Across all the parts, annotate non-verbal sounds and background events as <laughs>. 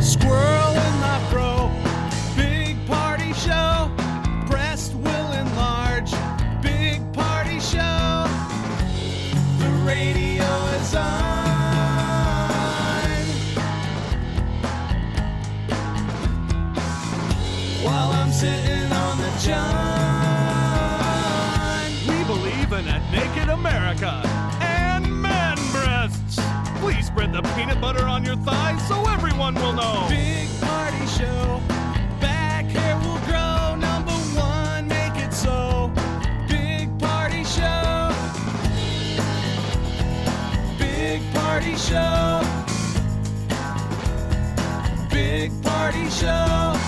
Squirrel in my fro, big party show. Breast will enlarge, big party show. The radio is on. While I'm sitting on the john. We believe in a naked America and man breasts. Please spread the peanut butter on your thighs so everyone will know. Big party show. Back hair will grow. Number one, make it so. Big party show. Big party show. Big party show.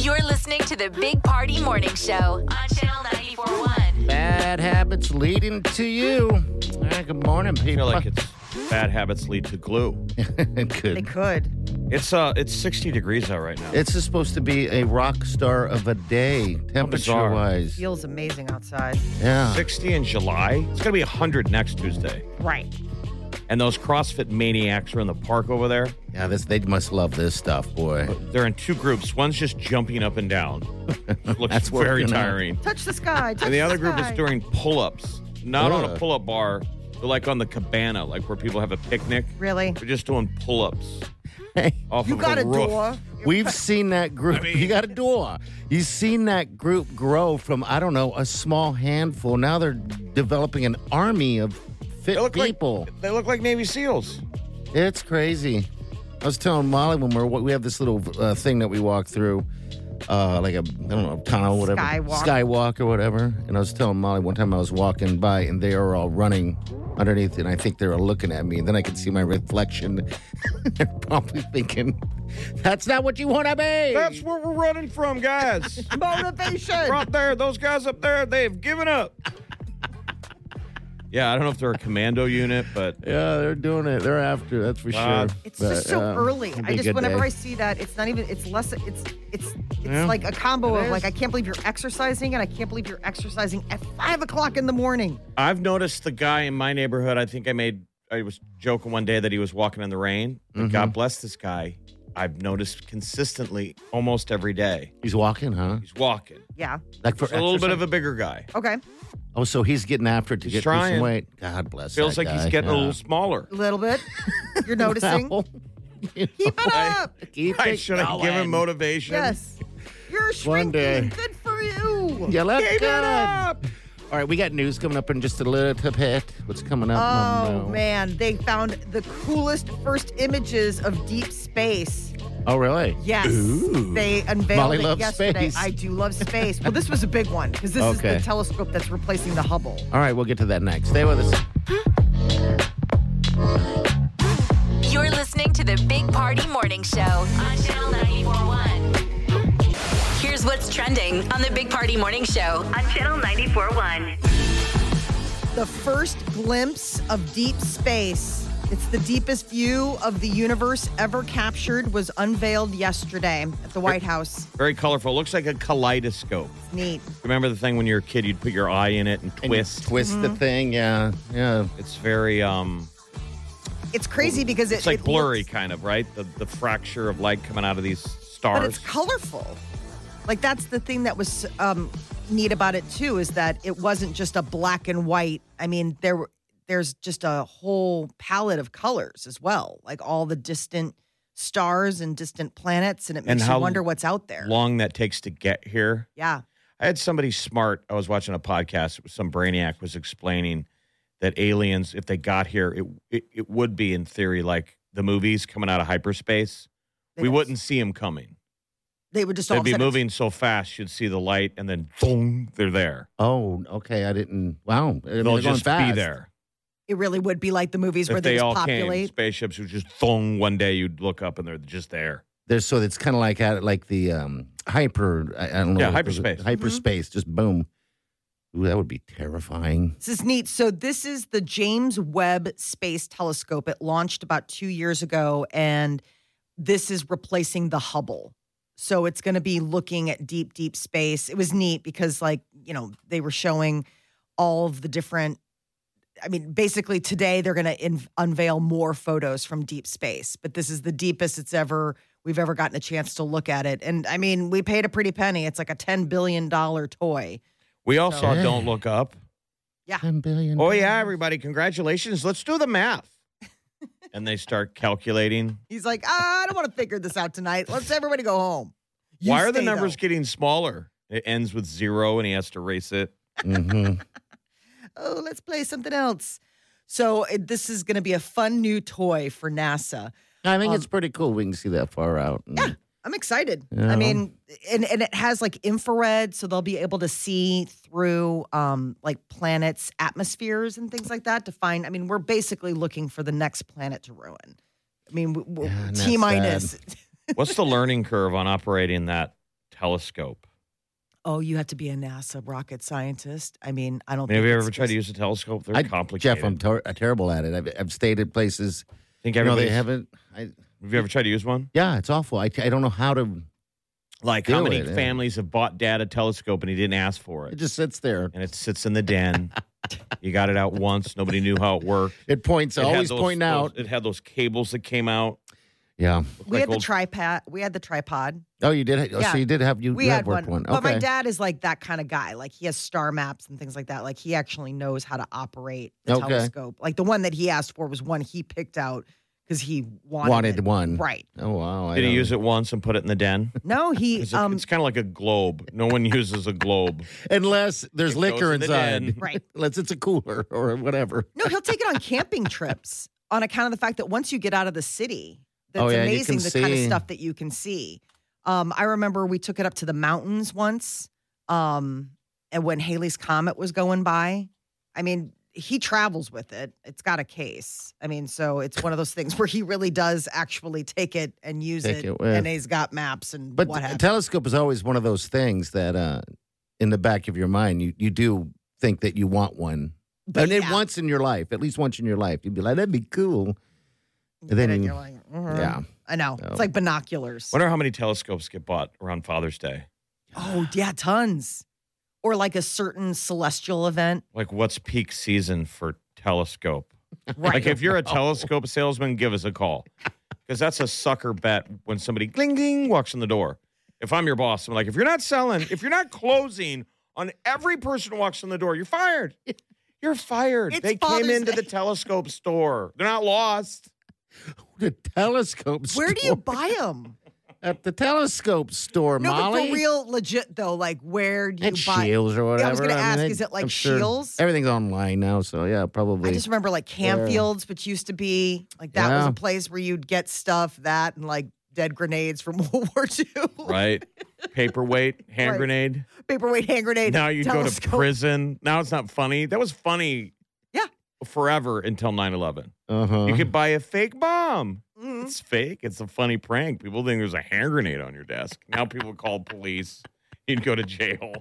You're listening to the Big Party Morning Show on Channel 941. Bad habits leading to you. All right, good morning, people. feel like it's bad habits lead to glue. They <laughs> good. could. It's uh, it's 60 degrees out right now. It's just supposed to be a rock star of a day, Oh, temperature bizarre. wise. Feels amazing outside. Yeah. 60 in July. It's gonna be 100 next Tuesday. Right. And those CrossFit maniacs are in the park over there. Yeah, this, they must love this stuff, boy. They're in two groups. One's just jumping up and down. Looks That's very working out. tiring. Touch the sky. Touch And the other group is sky. doing pull-ups, not on a Ugh. pull-up bar. They're like on the cabana, like where people have a picnic. Really? They're just doing pull-ups Hey, off You of got a a roof. door. We've seen that group. you got a door. You've seen that group grow from, I don't know, a small handful. Now they're developing an army of fit They look people. like they look like Navy SEALs. It's crazy. I was telling Molly when we're we have this little uh, thing that we walk through, uh, like a I don't know tunnel, whatever, Skywalk. skywalk or whatever. And I was telling Molly one time I was walking by and they are all running underneath, and I think they were looking at me. And then I could see my reflection. <laughs> They're probably thinking, "That's not what you want to be." That's where we're running from, guys. Motivation. We're up there. Those guys up there, they've given up. yeah, I don't know if they're a commando unit, but yeah, they're doing it. They're after. That's for God. sure. It's But, just so um, early. it'll be I a just good whenever day. I see that, it's not even. It's less. It's it's it's Yeah. like a combo It of is. like I can't believe you're exercising and I can't believe you're exercising at five o'clock in the morning. I've noticed the guy in my neighborhood. I think I made. I was joking one day that he was walking in the rain. But God bless this guy. I've noticed consistently almost every day he's walking, huh? he's walking. Yeah. Like for He's a little bit exercise? of a bigger guy. Okay. Oh, so he's getting after it to He's get through some trying. weight. God bless. Feels that like he's guy. getting a Yeah. little <laughs> smaller. A little <laughs> bit. You're noticing. Well, you Keep it I- up. keep I it should have given going. motivation. Yes. You're One shrinking. day. Good for you. You look <laughs> Give it good. up. All right, we got news coming up in just a little bit. What's coming up? Um, uh, Oh Momo? man, they found the coolest first images of deep space. Oh, really? Yes, they unveiled Molly it loves yesterday. space. I do love space. well, this was a big one because this Okay. is the telescope that's replacing the Hubble. All right, we'll get to that next. Stay with us. You're listening to the Big Party Morning Show on Channel 941. Here's what's trending on the Big Party Morning Show. on Channel 941. The first glimpse of deep space. It's the deepest view of the universe ever captured was unveiled yesterday at the White House. Very colorful. Looks like a kaleidoscope. Neat. Remember the thing when you were a kid, you'd put your eye in it and And you twist. twist Mm-hmm. the thing. Yeah, yeah. It's very um It's crazy because it, it's like it blurry looks- kind of, right? The the fracture of light coming out of these but stars. it's colorful. Like that's the thing that was um, neat about it too is that it wasn't just a black and white. I mean, there were- there's just a whole palette of colors as well, like all the distant stars and distant planets, and it And makes how you wonder what's out there. Long that takes to get here. yeah, I had somebody smart. I was watching a podcast. It was some brainiac was explaining that aliens, if they got here, it it, it would be in theory like the movies coming out of hyperspace. It we is. wouldn't see them coming. They would just all They'd of a be sudden- moving so fast, you'd see the light, and then boom, they're there. Oh, okay. I didn't. Wow. I mean, they're They'll going just be fast. there. It really would be like the movies where if they just all came, populate. spaceships would just thong one day. You'd look up, and they're just there. There's so it's kind of like at like the um hyper. I, I don't know. Yeah, what- hyperspace. Hyperspace. Just boom. Ooh, that would be terrifying. This is neat. So this is the James Webb Space Telescope. It launched about two years ago, and this is replacing the Hubble. So it's going to be looking at deep, deep space. It was neat because, like, you know, they were showing all of the different. I mean, basically today they're going to in- unveil more photos from deep space, but this is the deepest it's ever we've ever gotten a chance to look at it. And I mean, we paid a pretty penny. It's like a ten billion dollar toy. We all saw Yeah. "Don't Look Up." Ten billion. Oh yeah, everybody! Congratulations! Let's do the math. <laughs> and they start calculating. He's like, ah, I don't want to figure this out tonight. Let's everybody go home. You Why are the stay, numbers though. getting smaller? It ends with zero, and he has to erase it. Mm-hmm. Oh, let's play something else. So it, this is going to be a fun new toy for NASA. I think Um, it's pretty cool. We can see that far out. Yeah. I'm excited. Yeah. I mean, and and it has like infrared, so they'll be able to see through um like planets' atmospheres and things like that to find. I mean, we're basically looking for the next planet to ruin. I mean, w- w- Yeah, and T that's minus. What's <laughs> the learning curve on operating that telescope? <laughs> Oh, you have to be a NASA rocket scientist. I mean, I don't. I mean, have think you it's ever tried just- to use a telescope? They're I, complicated. Jeff, I'm ter- terrible at it. I've, I've stayed at places. think You know, everybody they haven't. I, Have you ever tried to use one? yeah, it's awful. I, I don't know how to. Like Do how many it, yeah. families have bought dad a telescope and he didn't ask for It it, <laughs> just sits there. and it sits in the <laughs> den. you got it out once. Nobody knew how it worked. It points. It had always those- pointing those- out. It had those cables that came out. yeah. looked We like had the old- tripod. We had the tripod. Oh, you did. Oh, Yeah. So you did have you. we you had have worked one. one, but Okay. my dad is like that kind of guy. Like he has star maps and things like that. Like he actually knows how to operate the Okay. telescope. Like the one that he asked for was one he picked out because he wanted, wanted it. one. Right? Oh wow. I Did he don't- use it once and put it in the den? No, <laughs> he. 'Cause it- um it's kind of like a globe. No one uses a <laughs> globe. Unless there's It liquor goes in the den. inside. Right. Unless it's a cooler or whatever. No, he'll take it on camping trips on account of the fact that once you get out of the city, that's Oh, yeah, you amazing can the kind of see. stuff that you can see. Um, I remember we took it up to the mountains once, um, and when Haley's comet was going by, I mean, he travels with it. It's got a case. I mean, so it's one of those things where he really does actually take it and use Take it, it with. and he's got maps and But what a have you. telescope is always one of those things that, uh, in the back of your mind, you you do think that you want one. But and then yeah. once in your life, at least once in your life, you'd be like, "That'd be cool." You get it, then- you're like, "Mhm." Yeah. I know. No. It's like binoculars. Wonder how many telescopes get bought around Father's Day. Oh yeah, tons. Or like a certain celestial event. Like, what's peak season for telescope? Right. <laughs> Like, if <laughs> you're a telescope salesman, give us a call because that's a sucker bet when somebody gling gling walks in the door. If I'm your boss, I'm like, if you're not selling, if you're not closing on every person who walks in the door, you're fired. You're fired. It's they Father's came into Day. the telescope store. They're not <laughs> lost. The telescope. Where do you store. buy them? At the telescope store, No, Molly. but for real, legit though, like where do you At buy? Shields or whatever. Yeah, I was gonna ask, they- is it like I'm sure Shields? Everything's online now, so yeah, probably. I just remember like Campfields, which used to be like that was Yeah. a place where you'd get stuff that and like dead grenades from <laughs> World War II, Right. Paperweight, hand Right. grenade. paperweight hand grenade. Now you go to telescope. prison. Now it's not funny. That was funny. Yeah. Forever until 9 11. uh-huh. You could buy a fake bomb. Mhm. It's fake. It's a funny prank. People think there's a hand grenade on your desk. Now people call police. You'd go to jail.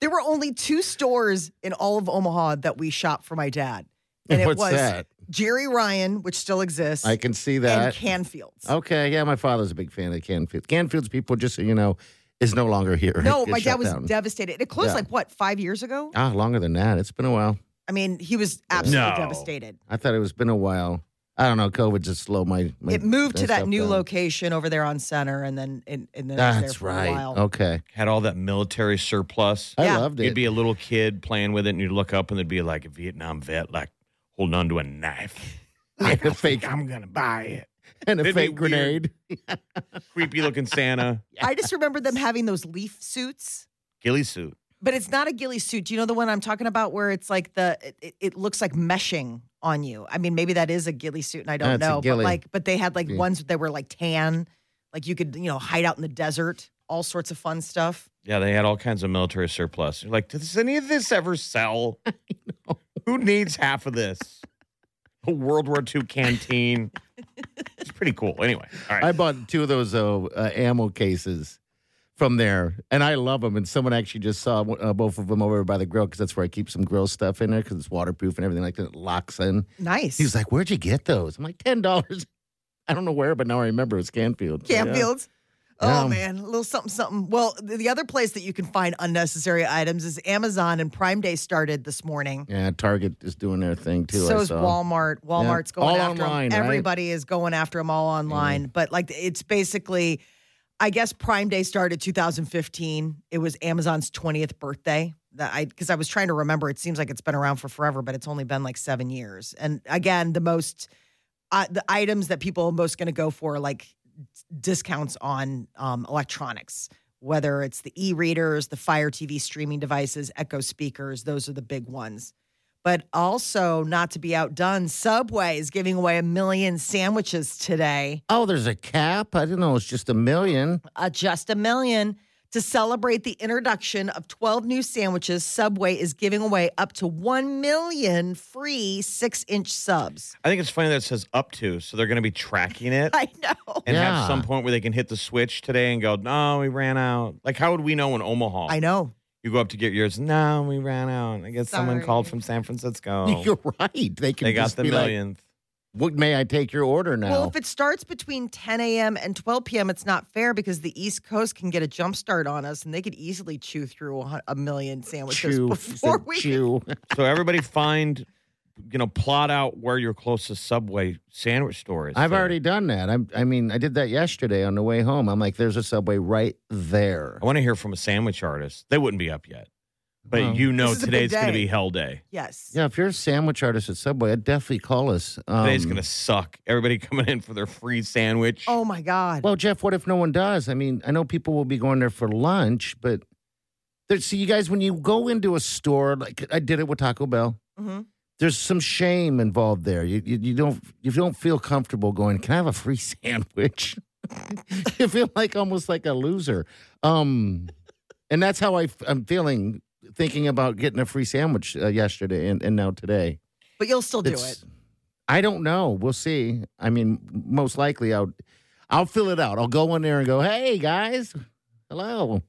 There were only two stores in all of Omaha that we shopped for my dad, <laughs> and it What's was that? Jerry Ryan, which still exists, I can see and that. Canfields. Okay, yeah, my father's a big fan of Canfield. Canfield's people, just so you know, is no longer here. <laughs> No, It my shut dad was down. devastated. It closed Yeah. like what five years ago. ah longer than that. It's been a while. I mean, he was absolutely No. devastated. I thought it was been a while. I don't know. COVID just slowed my. my it moved my to that stuff new down. location over there on Center, and then and, and then it was there That's for a right. while. <laughs> Okay, Had all that military surplus. I Yeah. loved it. You'd be a little kid playing with it, and you'd look up, and there'd be like a Vietnam vet, like holding onto a <laughs> knife. and a <laughs> fake I'm gonna buy it. and a It'd be fake grenade. Creepy looking <laughs> Santa I just remember them having those leaf suits, ghillie suit. but it's not a ghillie suit. Do you know the one I'm talking about, where it's like the it- it, it looks like meshing on you? I mean, maybe that is a ghillie suit, and I don't That's a know. But ghillie. like, but they had like Yeah. ones that were like tan, like you could you know hide out in the desert. all sorts of fun stuff. Yeah, they had all kinds of military surplus. You're like, does any of this ever sell? <laughs> Who needs half of this? A World War II canteen. it's pretty cool. Anyway, all right. I bought two of those uh, uh, ammo cases from there, and I love them. And someone actually just saw uh, both of them over by the grill because that's where I keep some grill stuff in there because it's waterproof and everything like that. It locks in. Nice. He's like, "Where'd you get those?" I'm like, 10 dollars." <laughs> I don't know where, but now I remember it's Canfield. Campfields. Yeah. Oh man, a little something, something. Well, th- the other place that you can find unnecessary items is Amazon, and Prime Day started this morning. Yeah. yeah, Target is doing their thing too. so I is saw. Walmart. Walmart's going All after online, right? them. Everybody is going after them all online. But like, it's basically, I guess Prime Day started 2015. It was Amazon's 20th birthday. That I because I was trying to remember. It seems like it's been around for forever, but it's only been like seven years. And again, the most uh, the items that people are most going to go for, are, like discounts on um, electronics. Whether it's the e-readers, the Fire TV streaming devices, Echo speakers, those are the big ones but also not to be outdone, Subway is giving away a million sandwiches today. Oh, there's a cap. I didn't know it's just a million. Uh, just a million. To celebrate the introduction of 12 new sandwiches, Subway is giving away up to 1 million free six <laughs> inch subs. I think it's funny that it says up to, so they're going to be tracking it I know. and Yeah. have some point where they can hit the switch today and go, no, we ran out. Like, how would we know in Omaha? I know. You go up to get yours. No, we ran out. I guess someone Sorry. called from San <laughs> Francisco. You're right. They can Oh. they got just the be like, millionth. "What may I take your order now?" Well, if it starts between 10 a.m. and 12 p.m., it's not fair because the East Coast can get a jump start on us and they could easily chew through a, hun- a million sandwiches chew, <laughs> before said we <laughs> chew. so everybody find, you know, plot out where your closest Subway sandwich store is. I've there. already done that. I'm, I mean, I did that yesterday on the way home. I'm like, there's a subway right there. I want to hear from a sandwich artist. They wouldn't be up yet, but Well, you know Oh. This is a big today's going to day. be hell day. Yes. Yeah, if you're a sandwich artist at Subway, I'd definitely call us. Um, Today's going to suck. Everybody <laughs> coming in for their free sandwich. Oh my God. Well, Jeff, what if no one does? I mean, I know people will be going there for lunch, but there, see, you guys, when you go into a store, like I did it with Taco Bell, Mhm. there's some shame involved there. You, you, you don't you don't feel comfortable going. Can I have a free <laughs> sandwich? you feel like almost like a loser. Um, and that's how I, am feeling thinking about getting a free sandwich uh, yesterday and, and now today. But you'll still do It's- it. I don't know. We'll see. I mean, most likely I'll I'll fill it out. I'll go in there and go, "Hey guys, hello,"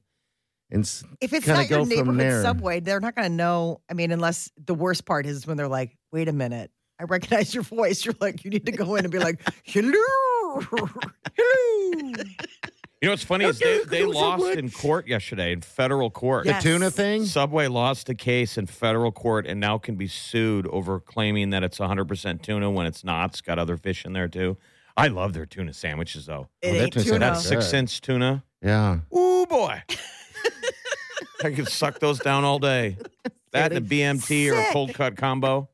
and s- if it's kinda not your go from there. neighborhood subway, they're not going to know. I mean, unless the worst part is when they're like, "Wait a minute, I recognize your voice." <laughs> You're like, you need to go in and be like, "Hello, <laughs> hello." You know what's funny is they, they lost in court yesterday in federal court. the Yes. tuna thing. Subway lost a case in federal court and now can be sued over claiming that it's 100% tuna when it's not. It's got other fish in there too. I love their tuna sandwiches though. Oh, It that ain't just tuna. sounds That six Good. cents tuna. Yeah, Ooh <laughs> boy. I could suck those down all day. That and a BMT or a sick. cold cut combo.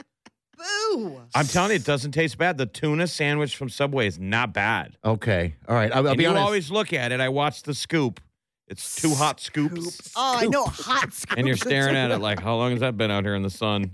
Boo! I'm telling you, it doesn't taste bad. The tuna sandwich from Subway is not bad. okay, all right. I'll, I'll and be you honest. always look at it. I watch the scoop. It's two hot scoops. Oh, I know, hot scoops. And you're <laughs> of staring at tuna. it like, how long has that been out here in the sun?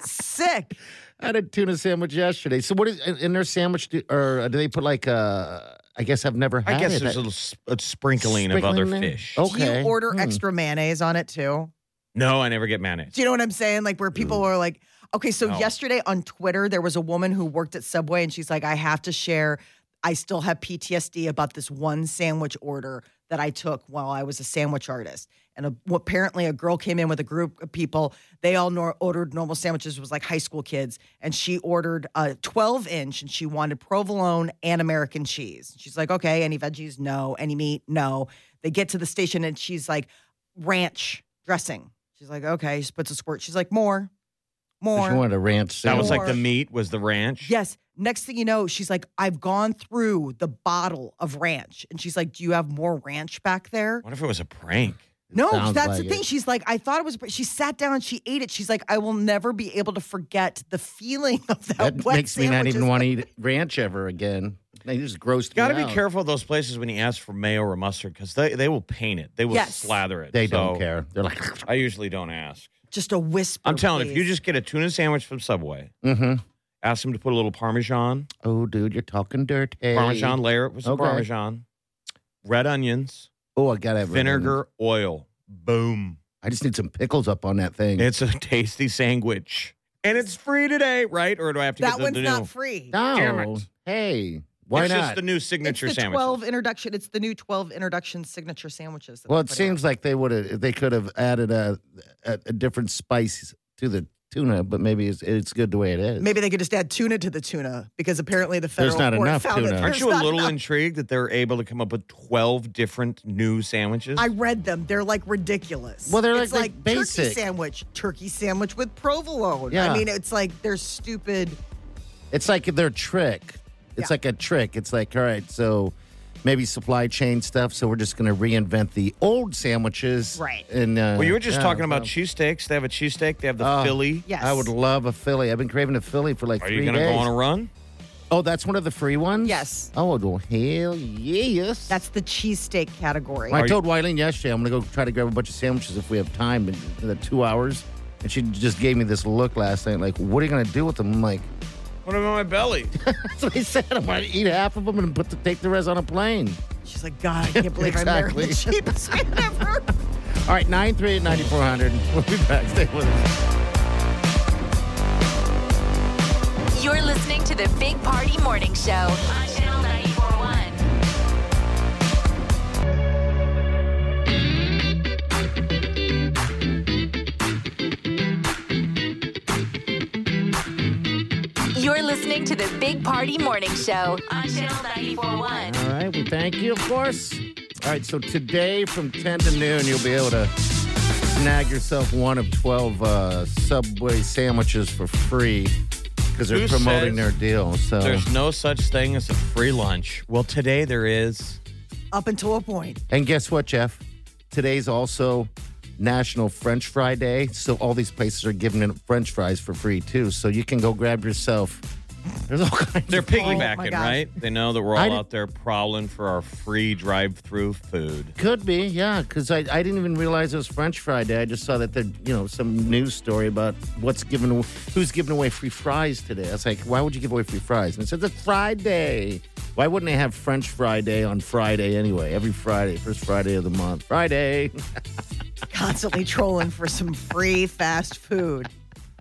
sick. I had a tuna sandwich yesterday. So what is in their sandwich? Do, or do they put like uh I guess I've never had. I guess it. there's a little s- a sprinkling, of other Sprinkling in? fish. Okay. Do you order Hmm. extra mayonnaise on it too? No, I never get mayonnaise. Do you know what I'm saying? Like where people are like, okay, so No. yesterday on Twitter, there was a woman who worked at Subway and she's like, I have to share, I still have PTSD about this one sandwich order that I took while I was a sandwich artist. And a, well, apparently, a girl came in with a group of people. They all nor- ordered normal sandwiches, it was like high school kids. And she ordered a 12 inch and she wanted provolone and American cheese. She's like, okay, any veggies? No. Any meat? No. They get to the station and she's like, ranch dressing. She's like, okay. She puts a squirt. She's like, more, If you more. wanted a ranch That sandwich. was like the Or- meat was the ranch. Yes. Next thing you know, she's like, I've gone through the bottle of ranch. And she's like, do you have more ranch back there? What if it was a prank? No, sounds that's like the thing. it. She's like, I thought it was. She sat down and she ate it. She's like, I will never be able to forget the feeling of that. that wet makes me not even sandwiches." want to eat ranch ever again. They just grossed Got to me be out. careful of those places when you ask for mayo or mustard because they, they will paint it. They will Yes. slather it. They So don't care. They're like, I usually don't ask. Just a whisper. I'm telling you, if you Oh, please. just get a tuna sandwich from Subway, mm-hmm. ask them to put a little Parmesan, Oh, dude, you're talking dirty. Parmesan, layer it with some Okay. Parmesan, red onions, Oh, I gotta have Vinegar oil. Boom. I just need some pickles up on that thing. It's a tasty sandwich. And it's free today, right? Or do I have to That get the, one's the new? not free. no, Damn it. hey, why it's not? just the new signature it's the sandwich. 12 introduction. It's the new 12 introduction signature sandwiches. that well, they're it putting out. seems like they would have. They could have added a, a a different spice to the tuna, but maybe it's, it's good the way it is. Maybe they could just add tuna to the tuna because apparently the There's federal not court enough found that tuna. Aren't there's you a not little enough. intrigued that they're able to come up with 12 different new sandwiches? I read them. They're like ridiculous. Well, they're it's like like, the turkey basic. sandwich, turkey sandwich with provolone. Yeah. I mean, it's like they're stupid. It's like their trick. It's Yeah. like a trick. It's like, all right, so maybe supply chain stuff. So we're just going to reinvent the old sandwiches. Right. And uh, well, you were just yeah, talking about so- cheesesteaks. They have a cheesesteak. They have the Oh. Philly. Yes. I would love a Philly. I've been craving a Philly for like Are three you going to days. go on a run? oh, that's one of the free ones. Yes. Oh well, hell yes. That's the cheesesteak category. I told Wileen yesterday I'm going to go try to grab a bunch of sandwiches if we have time in in the two hours, and she just gave me this look last night, like, "What are you going to do with them?" I'm like, What about my belly? "That's what I said. I'm going to eat half of them and put the, take the rest on a plane." She's like, God, I can't believe I married the Exactly. cheapest man ever. <laughs> All right, 938 9400. We'll be back. Stay with us. You're listening to the Big Party Morning Show on Channel 941. You're listening to the Big Party Morning Show on Channel 941. All right, we thank you, of course. All right, so today from 10 to noon, you'll be able to snag yourself one of 12 uh, Subway sandwiches for free because they're Who promoting says their deal. So There's no such thing as a free lunch. Well, today there is. Up until a point. And guess what, Jeff? Today's also National French Fry Day, so all these places are giving in French fries for free too. So you can go grab yourself. There's all kinds. They're of- piggybacking, Oh gosh. right? They know that we're I all did- out there prowling for our free drive-through food. could be, yeah, because I, I didn't even realize it was French Fry Day. I just saw that there, you know, some news story about what's giving, who's giving away free fries today. I was like, why would you give away free fries? And it says it's Friday. Why wouldn't they have French Fry Day on Friday anyway? Every Friday, first Friday of the month, Friday. Constantly trolling for some free fast food.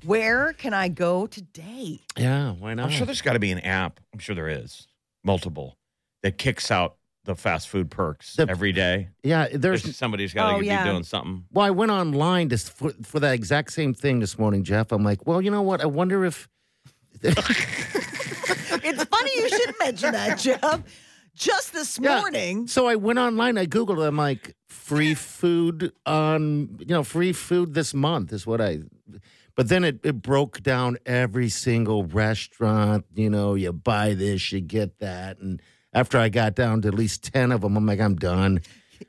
Where can I go today? Yeah, why not? I'm sure there's got to be an app. I'm sure there is multiple that kicks out the fast food perks The- every day. yeah, There's, there's somebody's got to Oh, yeah. be doing something. Well, I went online to, for, for that exact same thing this morning, Jeff. I'm like, well, you know what? I wonder if. It's funny you should mention that, Jeff. Just this Yeah. morning, So I went online. I Googled. I'm like, <laughs> free food on, you know, free food this month is what I. But then it, it broke down every single restaurant. You know, you buy this, you get that. And after I got down to at least 10 of them, I'm like, I'm <laughs> done.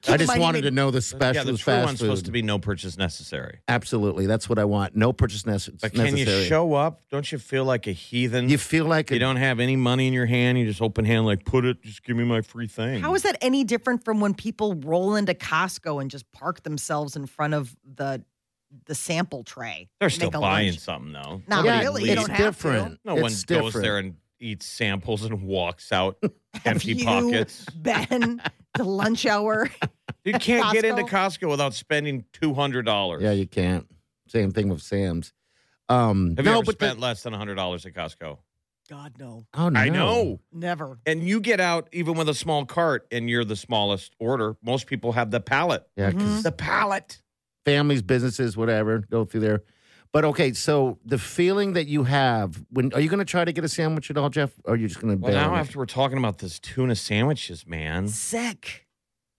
I in just mind wanted even- to know the special yeah, the true fast one's food. supposed to be no purchase necessary. Absolutely. That's what I want. No purchase necessary. But can you show up? Don't you feel like a heathen? You feel like You don't have any money in your hand. You just open hand like put it. Just give me my free thing. How is that any different from when people roll into Costco and just park themselves in front of the the sample tray? They're to still make a buying lunch? something though. Not Nobody yeah, really. You leaves. It's don't have to. different. No It's one different. goes there and eats samples and <laughs> walks out empty you <laughs> pockets. Ben, the lunch hour. You can't get into Costco? Costco without spending two hundred dollars. Yeah, you can't. Same thing with Sam's. Um, Have no, you ever but the- spent less than hundred dollars at Costco? <laughs> God no, oh, no. I know. never. And you get out even with a small cart, and you're the smallest order. Most people have the pallet. Yeah, 'cause Mm-hmm. The pallet. families, businesses, whatever, go through there. But okay, so the feeling that you have when are you going to try to get a sandwich at all, Jeff? Or are you just going to? Well, now after we're talking about this tuna sandwiches, man. Mm-hmm. Sick.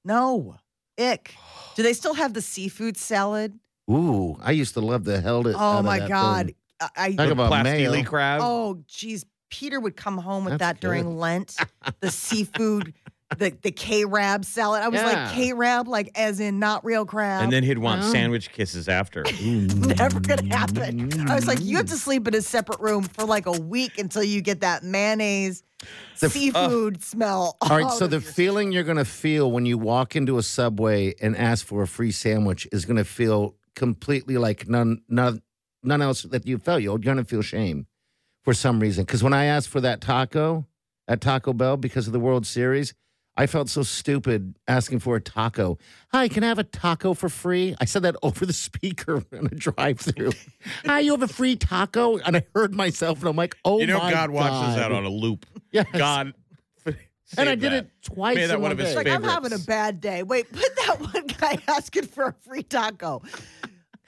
No. Ick. Do they still have the seafood salad? Ooh, I used to love the hell. to- out Oh of my that God. thing. I, Talk I The about Plastili mayo. crab. oh geez. Peter would come home with That's that during good. <laughs> Lent. The seafood, the the K Rab salad. I was Yeah. like K Rab, like as in not real crab. And then he'd want Oh. sandwich <laughs> kisses after. never gonna happen. I was like, you have to sleep in a separate room for like a week until you get that mayonnaise seafood smell. Oh, All right, so the feeling you're going to feel when you walk into a subway and ask for a free sandwich is going to feel completely like none, none, none else that you felt. You're going to feel shame for some reason. Because when I asked for that taco at Taco Bell because of the World Series, I felt so stupid asking for a taco. Hi, can I have a taco for free? I said that <laughs> over the speaker <laughs> in a drive-through. Hi, you have a free taco? And I heard myself, and I'm like, oh you know, my God watches God. that on <laughs> a loop. Yes. God. <laughs> And I saved did that. it twice. Made that in one of his day. Like I'm favorites. having a bad day. Wait, put that <laughs> one guy asking for a free taco.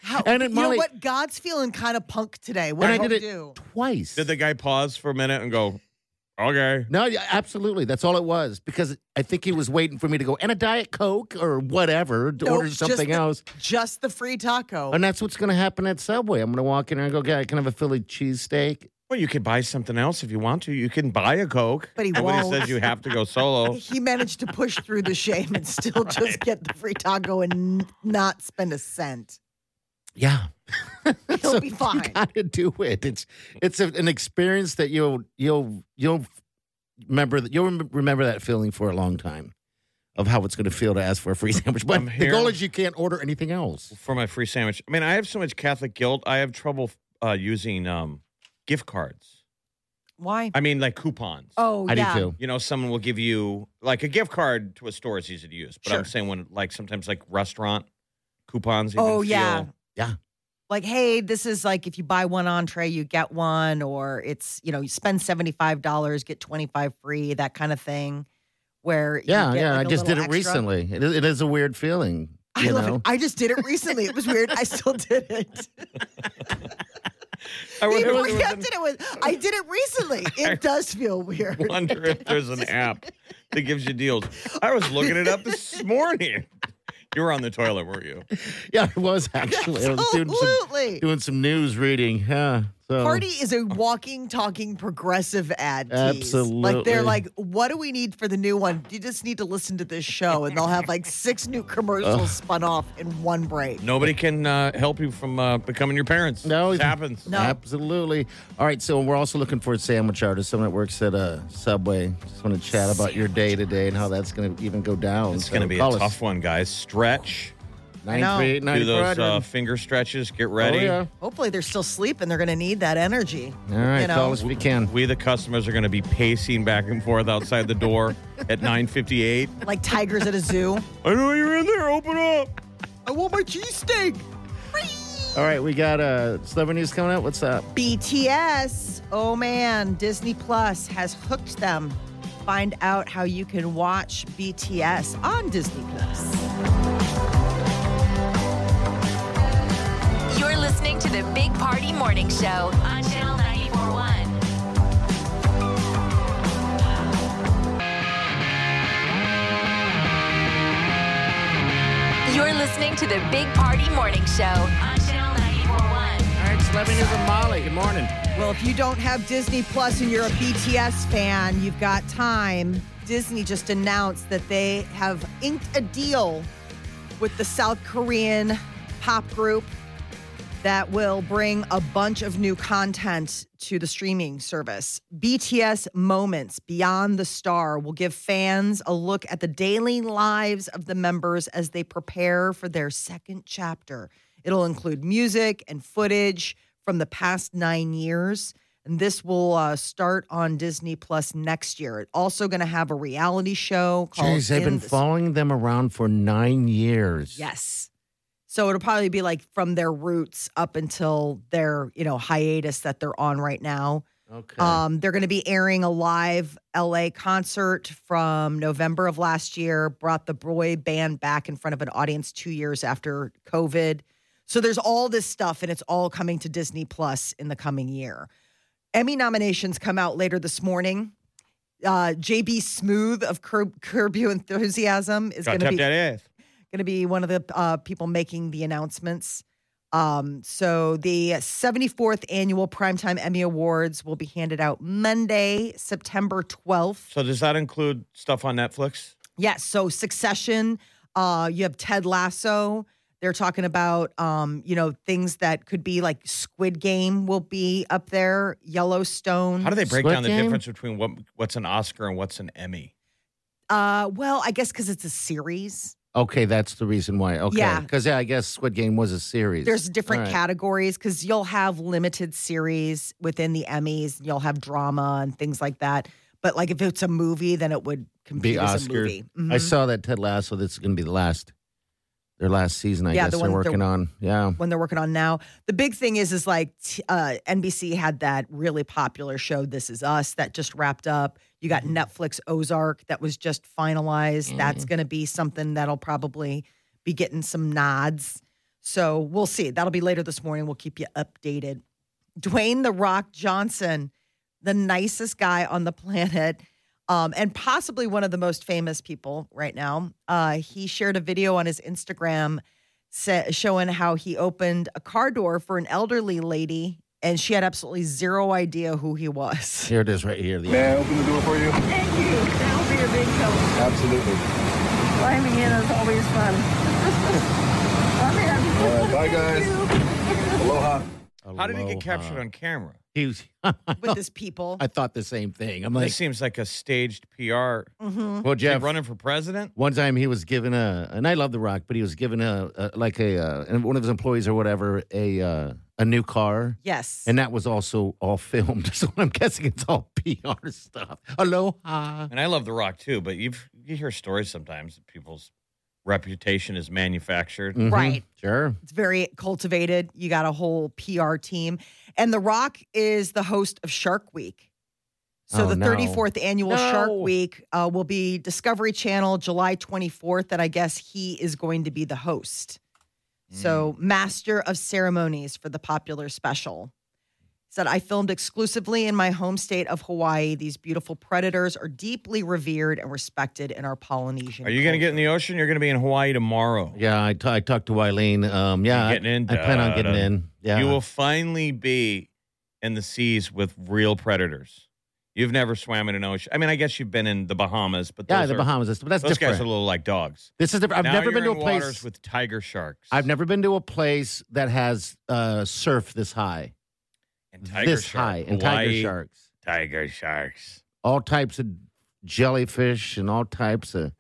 How, And it- you Molly- know what? God's feeling kind of punk today. What and do I did we it do? twice. Did the guy pause for a minute and go, okay? No, yeah, absolutely. That's all it was because I think he was waiting for me to go and a diet coke or whatever to Nope, order just something the- else. Just the free taco. And that's what's going to happen at Subway. I'm going to walk in there and go, "Okay, I can have a Philly cheesesteak." Well, you can buy something else if you want to. You can buy a Coke. But he Nobody won't. says you have to <laughs> go solo. he managed to push through the shame and still just get the free taco and n- not spend a cent. Yeah, <laughs> He'll be fine. You got to do it. It's it's a, an experience that you'll you'll you'll remember that you'll rem- remember that feeling for a long time of how it's going to feel to ask for a free <laughs> sandwich. But I'm the here. goal is you can't order anything else. for my free sandwich. I mean, I have so much Catholic guilt. I have trouble uh, using um, gift cards. Why? I mean, like coupons. Oh, I yeah. do too. You know, someone will give you like a gift card to a store is easy to use, but I'm Sure. saying when like sometimes like restaurant coupons. Even Oh, yeah. feel- Yeah. Like, hey, this is like if you buy one entree, you get one, or it's, you know, you spend $75, get 25 free, that kind of thing. Where you Yeah, get, yeah. like, I a just did it little extra. recently. It is, it is a weird feeling. I You love know? it. I just did it recently. It was weird. I still did <laughs> <laughs> it. I He wonder, if there was an- reacted it with, I did it <laughs> recently. It does feel weird. <laughs> wonder if there's an app that gives you deals. I was looking it up this morning. You were on the toilet, were you? <laughs> Yeah, it was actually. I was doing some, Absolutely. doing some news reading. Yeah. So Party is a walking, talking, progressive ad. tease. Like Absolutely. they're like, what do we need for the new one? You just need to listen to this show, and they'll have like six <laughs> new commercials spun off in one break. Nobody can uh, help you from uh, becoming your parents. No, it happens. No. Absolutely. All right. So we're also looking for a sandwich artist, someone that works at a Subway. Just want to chat about your day today and how that's going to even go down. It's going to be a tough one, guys. Stretch. Nine three eight Do ninety four those uh, hundred. finger stretches. Get Oh ready. yeah. Hopefully, they're still sleeping. They're going to need that energy. All right, You know? call us if you can. We, the customers, are going to be pacing back and forth outside the door <laughs> at 9:58. Like tigers at a zoo. I know you're in there. Open up. <laughs> I want my cheesesteak. All right, we got uh, celebrity news coming up. What's up? BTS. Oh man, Disney Plus has hooked them. Find out how you can watch BTS on Disney Plus. You're listening to the Big Party Morning Show on Channel 941. You're listening to the Big Party Morning Show on Channel 941. All right, celebrity news with Molly. Good morning. Well, if you don't have Disney Plus and you're a BTS fan, you've got time. Disney just announced that they have inked a deal with the South Korean pop group that will bring a bunch of new content to the streaming service. BTS Moments Beyond the Star will give fans a look at the daily lives of the members as they prepare for their second chapter. It'll include music and footage from the past nine years. And this will uh, start on Disney Plus next year. It's also going to have a reality show called. Jeez, I've In been the following them around for nine years. Yes. So it'll probably be like from their roots up until their, you know, hiatus that they're on right now. Okay. Um, they're going to be airing a live LA concert from November of last year, brought the boy band back in front of an audience two years after COVID. So there's all this stuff, and it's all coming to Disney Plus in the coming year. Emmy nominations come out later this morning. Uh, JB Smooth of Curb, Curb Your Enthusiasm is Got going to to tap be that ass. going to be one of the uh, people making the announcements. Um, so the 74th annual Primetime Emmy Awards will be handed out Monday, September 12th. So does that include stuff on Netflix? Yes, so Succession. Uh, you have Ted Lasso. They're talking about um, you know things that could be like Squid Game will be up there. Yellowstone. How do they break Squid down the Game? difference between what what's an Oscar and what's an Emmy? uh, well, I guess because it's a series. okay, that's the reason why. Okay. Yeah. Because yeah, I guess Squid Game was a series. There's different All right. categories because you'll have limited series within the Emmys. You'll have drama and things like that. But like if it's a movie, then it would compete Big as a Oscar. movie. Mhm. I saw that Ted Lasso. That's going to be the last, their last season. I Yeah, guess the they're one that they're- working on. Yeah. one they're working on now. The big thing is, is like t- uh, NBC had that really popular show, This Is Us, that just wrapped up. You got Mm-hmm. Netflix Ozark that was just finalized. Mm. That's going to be something that'll probably be getting some nods. So we'll see. That'll be later this morning. We'll keep you updated. Dwayne The Rock Johnson, the nicest guy on the <laughs> planet. Um, and possibly one of the most famous people right now. Uh, he shared a video on his Instagram sa- showing how he opened a car door for an elderly lady and she had absolutely zero idea who he was. <laughs> Here it is, right here. The May I open the door for you? Thank you. That will be a big help. Absolutely. Climbing in is always fun. <laughs> I'm All in. right, bye guys. Aloha. How did he get captured Aloha. on camera? He was- <laughs> With his people. I thought the same thing. I'm like, This seems like a staged PR. Mm-hmm. well, Is he Jeff. running for president? One time he was given a, and I love The Rock, but he was given a, a like a, uh, and one of his employees or whatever, a uh, a new car, Yes. and that was also all filmed. <laughs> So I'm guessing it's all <laughs> PR stuff. Aloha. And I love The Rock too, but you've, you hear stories sometimes that people's reputation is manufactured. Mhm. Right. Sure. It's very cultivated. You got a whole PR team. And The Rock is the host of Shark Week. So Oh, the no. 34th annual Shark No. Week uh, will be Discovery Channel July 24th, and I guess he is going to be the host. So Hmm. master of ceremonies for the popular special. Said I filmed exclusively in my home state of Hawaii. These beautiful predators are deeply revered and respected in our Polynesian. Are you going to culture." get in the ocean? You're going to be in Hawaii tomorrow. Mm. Yeah, I, t- I talked to Eileen. Um, yeah, You're getting uh, in? I, I plan on getting Da-da. in. Yeah, You will finally be in the seas with real predators. You've never swam in an ocean. I mean, I guess you've been in the Bahamas, but yeah, those the are- Bahamas. That's, but that's Those different. guys are a little like dogs. this is different. I've Now never been to you're a in place. waters with tiger sharks. I've never been to a place that has uh, surf this high, and tiger this shark, high, and tiger Hawaii, sharks, Tiger sharks. all types of jellyfish and all types of.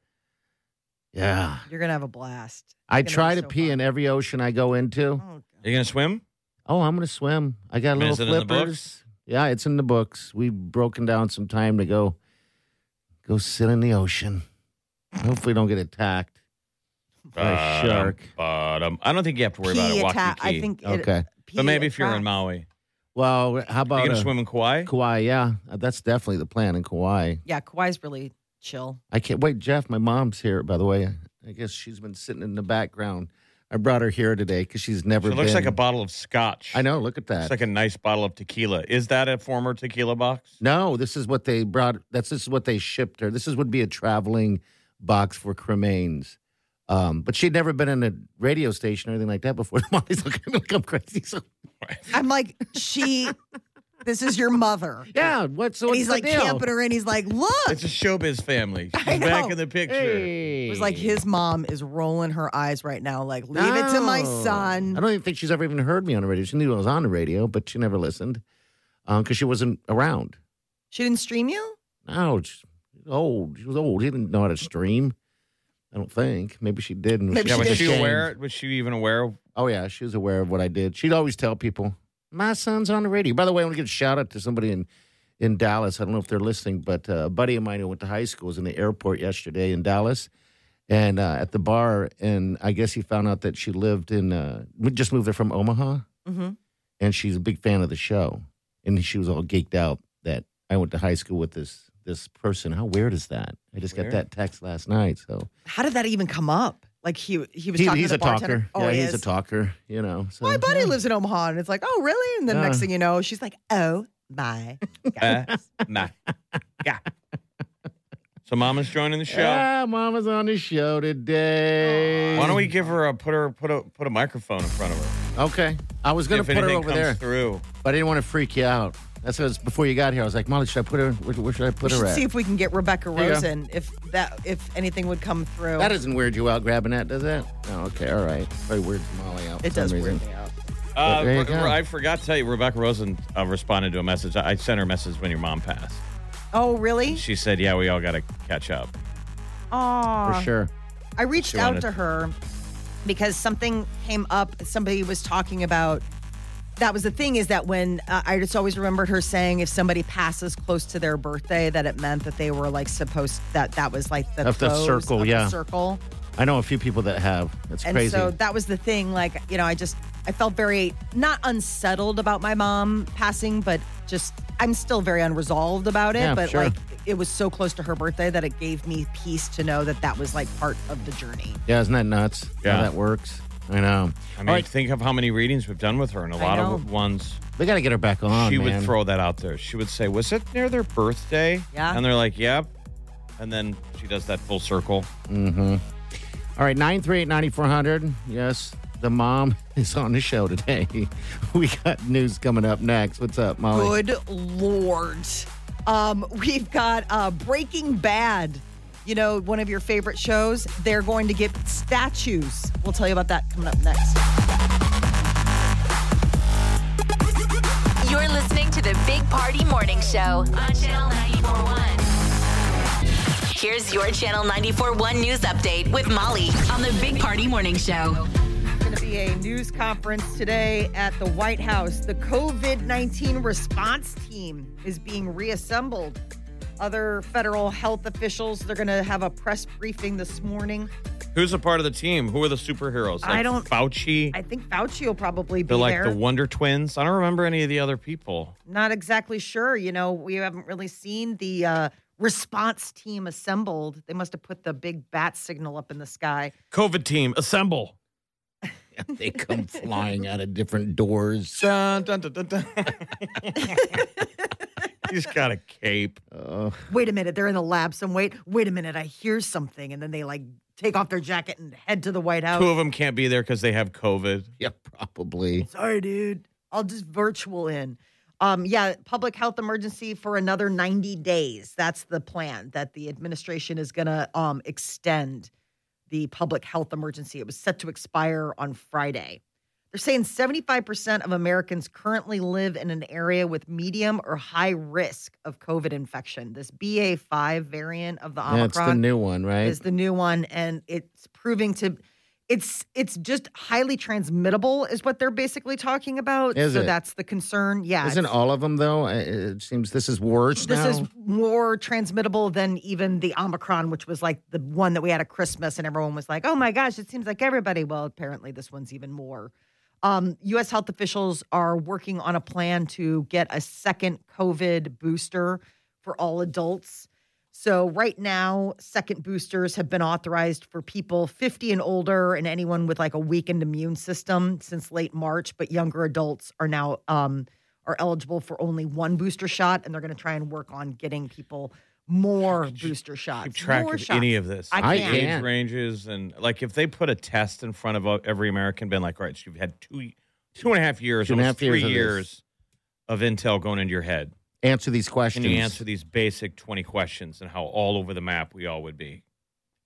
Yeah, You're gonna have a blast. I It's gonna try be to so pee fun. in every ocean I go into. Oh, God. Are you gonna swim? Oh, I'm gonna swim. I got Is little it in the flippers. Yeah, it's in the books. We've broken down some time to go, go sit in the ocean. Hopefully, don't get attacked. by a Bottom, shark. Bottom. I don't think you have to worry about Pea it. attack- Waikiki. I think. It, Okay. pea But maybe if you're in attack. Maui, Well, how are you about gonna uh, swim in Kauai? Kauai? Yeah, that's definitely the plan in Kauai. Yeah, Kawhi's really chill. I can't wait, Jeff. My mom's here, by the way. I guess she's been sitting in the background. I brought her here today because she's never. It looks been- like a bottle of scotch. I know. Look at that. It's like a nice bottle of tequila. Is that a former tequila box? no, this is what they brought. That's this is what they shipped her. This is would be a traveling box for cremains. Um, but she'd never been in a radio station or anything like that before. <laughs> Molly's looking at me like I'm crazy. So I'm like, she. this is your <laughs> mother. yeah, what's so And what's he's the like deal? camping her, and he's like, look. <laughs> It's a showbiz <laughs> family. I She's back know. in the picture. Hey. It was like his mom is rolling her eyes right now, like, leave it to my No. I son. don't even think she's ever even heard me on the radio. She knew I was on the radio, but she never listened because she wasn't around. She didn't stream you? No, she's old. She was old. She didn't know how to stream. I don't think. Maybe she did. And Maybe Yeah, she was did. she ashamed. aware? Was she even aware? <laughs> of- Oh yeah, she was aware of what I did. She'd always tell people, "My son's on the radio." By the way, I want to give a shout out to somebody in in Dallas. I don't know if they're listening, but uh, a buddy of mine who went to high school was in the airport yesterday in Dallas, and uh, at the bar, and I guess he found out that she lived in uh, we just moved there from Omaha, Mm-hmm. and she's a big fan of the show, and she was all geeked out that I went to high school with this this person. How weird is that? I just Weird. got that text last night, so How did that even come up? Like, he he was He- talking he's to a the bartender. talker. Oh, yeah, he he's is. a talker. You know, so, My buddy yeah. lives in Omaha, and it's like, oh, really? And then Yeah. next thing you know, she's like, oh, my. God. Uh, nah. Yeah. So Mama's joining the show. Yeah, Mama's on the show today. Why don't we give her a put her put a put a microphone in front of her? Okay, I was gonna if put her anything over comes there, through. but I didn't want to freak you out. That's what I was, before you got here. I was like, Molly, should I put her? Where, where should I we put her should at? <laughs> see if we can get Rebecca There you go. Rosen if that if anything would come through. that doesn't weird you out grabbing that, does it? Oh, okay, all right. Probably weirds Molly out. for it some does reason. weird me out. Uh, there you Re- go. I forgot to tell you, Rebecca Rosen uh, responded to a message. I I sent her a message when your mom passed. Oh, really? She said, "Yeah, we all got to catch up." Aw. for sure. I reached She out wanted- to her because something came up. Somebody was talking about that was the thing is that when uh, I just always remembered her saying if somebody passes close to their birthday, that it meant that they were like supposed that that was like the Of the close circle, of the yeah. circle. I know a few people that have. It's And crazy. so that was the thing. Like, you know, I just, I felt very not unsettled about my mom passing, but just, I'm still very unresolved about it. Yeah, but sure. like, it was so close to her birthday that it gave me peace to know that that was like part of the journey. yeah, isn't that nuts? Yeah. How that works. I know. I mean, All right, think of how many readings we've done with her, and a lot of know. ones we got to get her back on. she man. would throw that out there. She would say, "Was it near their birthday?" Yeah. and they're like, "Yep," and then she does that full circle. All right, 938 9400. Yes, the mom <laughs> is on the show today. <laughs> We got news coming up next. What's up, Molly? Good lord. Um, we've got uh, Breaking Bad. You know, one of your favorite shows. They're going to get statues. We'll tell you about that coming up next. You're listening to the Big Party Morning Show on Channel 941. Here's your Channel 941 news update with Molly on the Big Party Morning Show. going to be a news conference today at the White House. The COVID 19 response team is being reassembled. Other federal health officials, they're going to have a press briefing this morning. Who's a part of the team? Who are the superheroes? Like I don't- Fauci. I think Fauci will probably be they're like there. the Wonder Twins. I don't remember any of the other people. Not exactly sure. You know, we haven't really seen the uh, response team assembled. They must have put the big bat signal up in the sky. COVID team, assemble. <laughs> They come flying out of different doors. <laughs> Dun, dun, dun, dun, dun. <laughs> He's got a cape. Oh, Wait a minute, they're in the lab some wait. Wait a minute, I hear something. And then they like take off their jacket and head to the White House. Two of them can't be there because they have COVID. yeah, probably. Sorry, dude. I'll just virtual in. Um, yeah, public health emergency for another 90 days. That's the plan that the administration is going to um, extend the public health emergency. It was set to expire on Friday. They're saying 75% of Americans currently live in an area with medium or high risk of COVID infection. This BA5 variant of the Omicron That's the new one, right? is the new one and it's proving to it's it's just highly transmittable is what they're basically talking about Is so it? that's the concern yeah Isn't it's- all of them though? I- It seems this is worse this now. is more transmittable than even the omicron which was like the one that we had at christmas and everyone was like oh my gosh it seems like everybody well apparently this one's even more um, U.S. health officials are working on a plan to get a second COVID booster for all adults. So, right now, second boosters have been authorized for people 50 and older and anyone with like a weakened immune system since late March. But younger adults are now um, are eligible for only one booster shot, and they're going to try and work on getting people more booster shots. Keep track more of shots. any of this. I I can't. age can't. ranges and like if they put a test in front of uh, every American, been like, all right, so you've had two, two and a half years, Two and a almost half years three of years of intel going into your head. Answer these questions. Can you answer these basic 20 questions and how all over the map we all would be?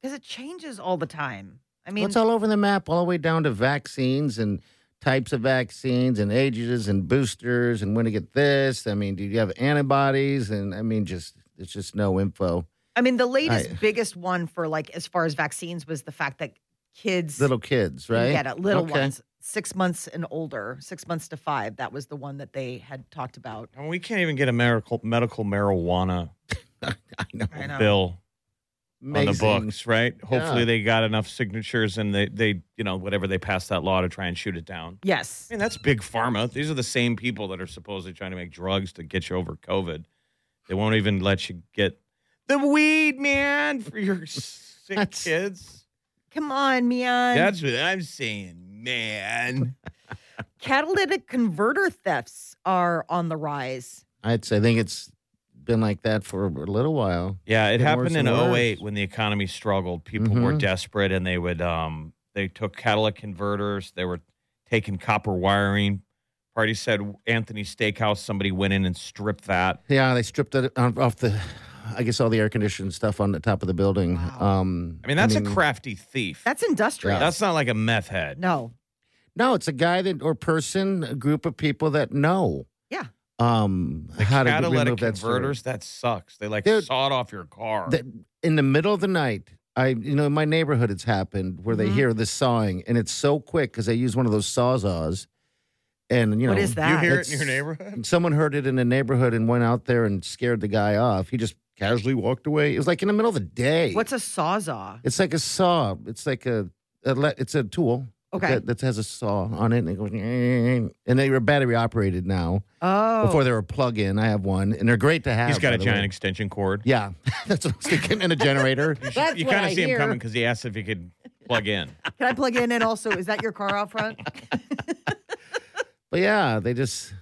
because it changes all the time. I mean, What's all over the map, all the way down to vaccines and types of vaccines and ages and boosters and when to get this. I mean, do you have antibodies? And I mean, just it's just no info. I mean, the latest I- biggest one for like as far as vaccines was the fact that kids Little kids, can right? get it, little Okay. ones, six months and older, six months to five. That was the one that they had talked about. I mean, we can't even get a medical, medical marijuana <laughs> I know. I know. bill Amazing. on the books, right? Hopefully Yeah. they got enough signatures and they, they, you know, whatever they passed that law to try and shoot it down. Yes. I mean, that's big pharma. These are the same people that are supposedly trying to make drugs to get you over COVID. They won't even let you get the weed, man, for your <laughs> sick That's- kids. Come on, Mian. That's what I'm saying, man. Catalytic converter thefts are on the rise. I'd say I think it's been like that for a little while. Yeah, it Getting happened worse in and worse. 08 when the economy struggled. People were Mhm. desperate and they would um they took catalytic converters, they were taking copper wiring. Party said Anthony Steakhouse, somebody went in and stripped that. Yeah, they stripped it on- off the, I guess all the air conditioned stuff on the top of the building. Um, I mean, that's a crafty thief. That's industrial. That's not like a meth head. no. No, it's a guy that or person, a group of people that know. Yeah. Um, The how to catalytic remove that sort of- converters, that sucks. They like Dude, sawed off your car. that in the middle of the night i you know in my neighborhood Mm-hmm. it's happened where they hear this sawing and it's so quick because they use one of those sawzaws And you know, What is that? You hear it it's- in your <laughs> neighborhood? Someone heard it in a neighborhood and went out there and scared the guy off. He just casually walked away. It was like in the middle of the day. What's a sawzaw? It's like a saw. It's like a, a le- it's a tool. Okay. That, that has a saw on it and it goes, and they were battery operated now. Oh, Before they were plug in, I have one, and they're great to have. He's got by a the giant way. extension cord. Yeah, <laughs> that's what I was thinking. And a generator. <laughs> you kind of see him coming because he asked if he could plug in. can I plug in? And also, is that your car <laughs> out front? But yeah, they just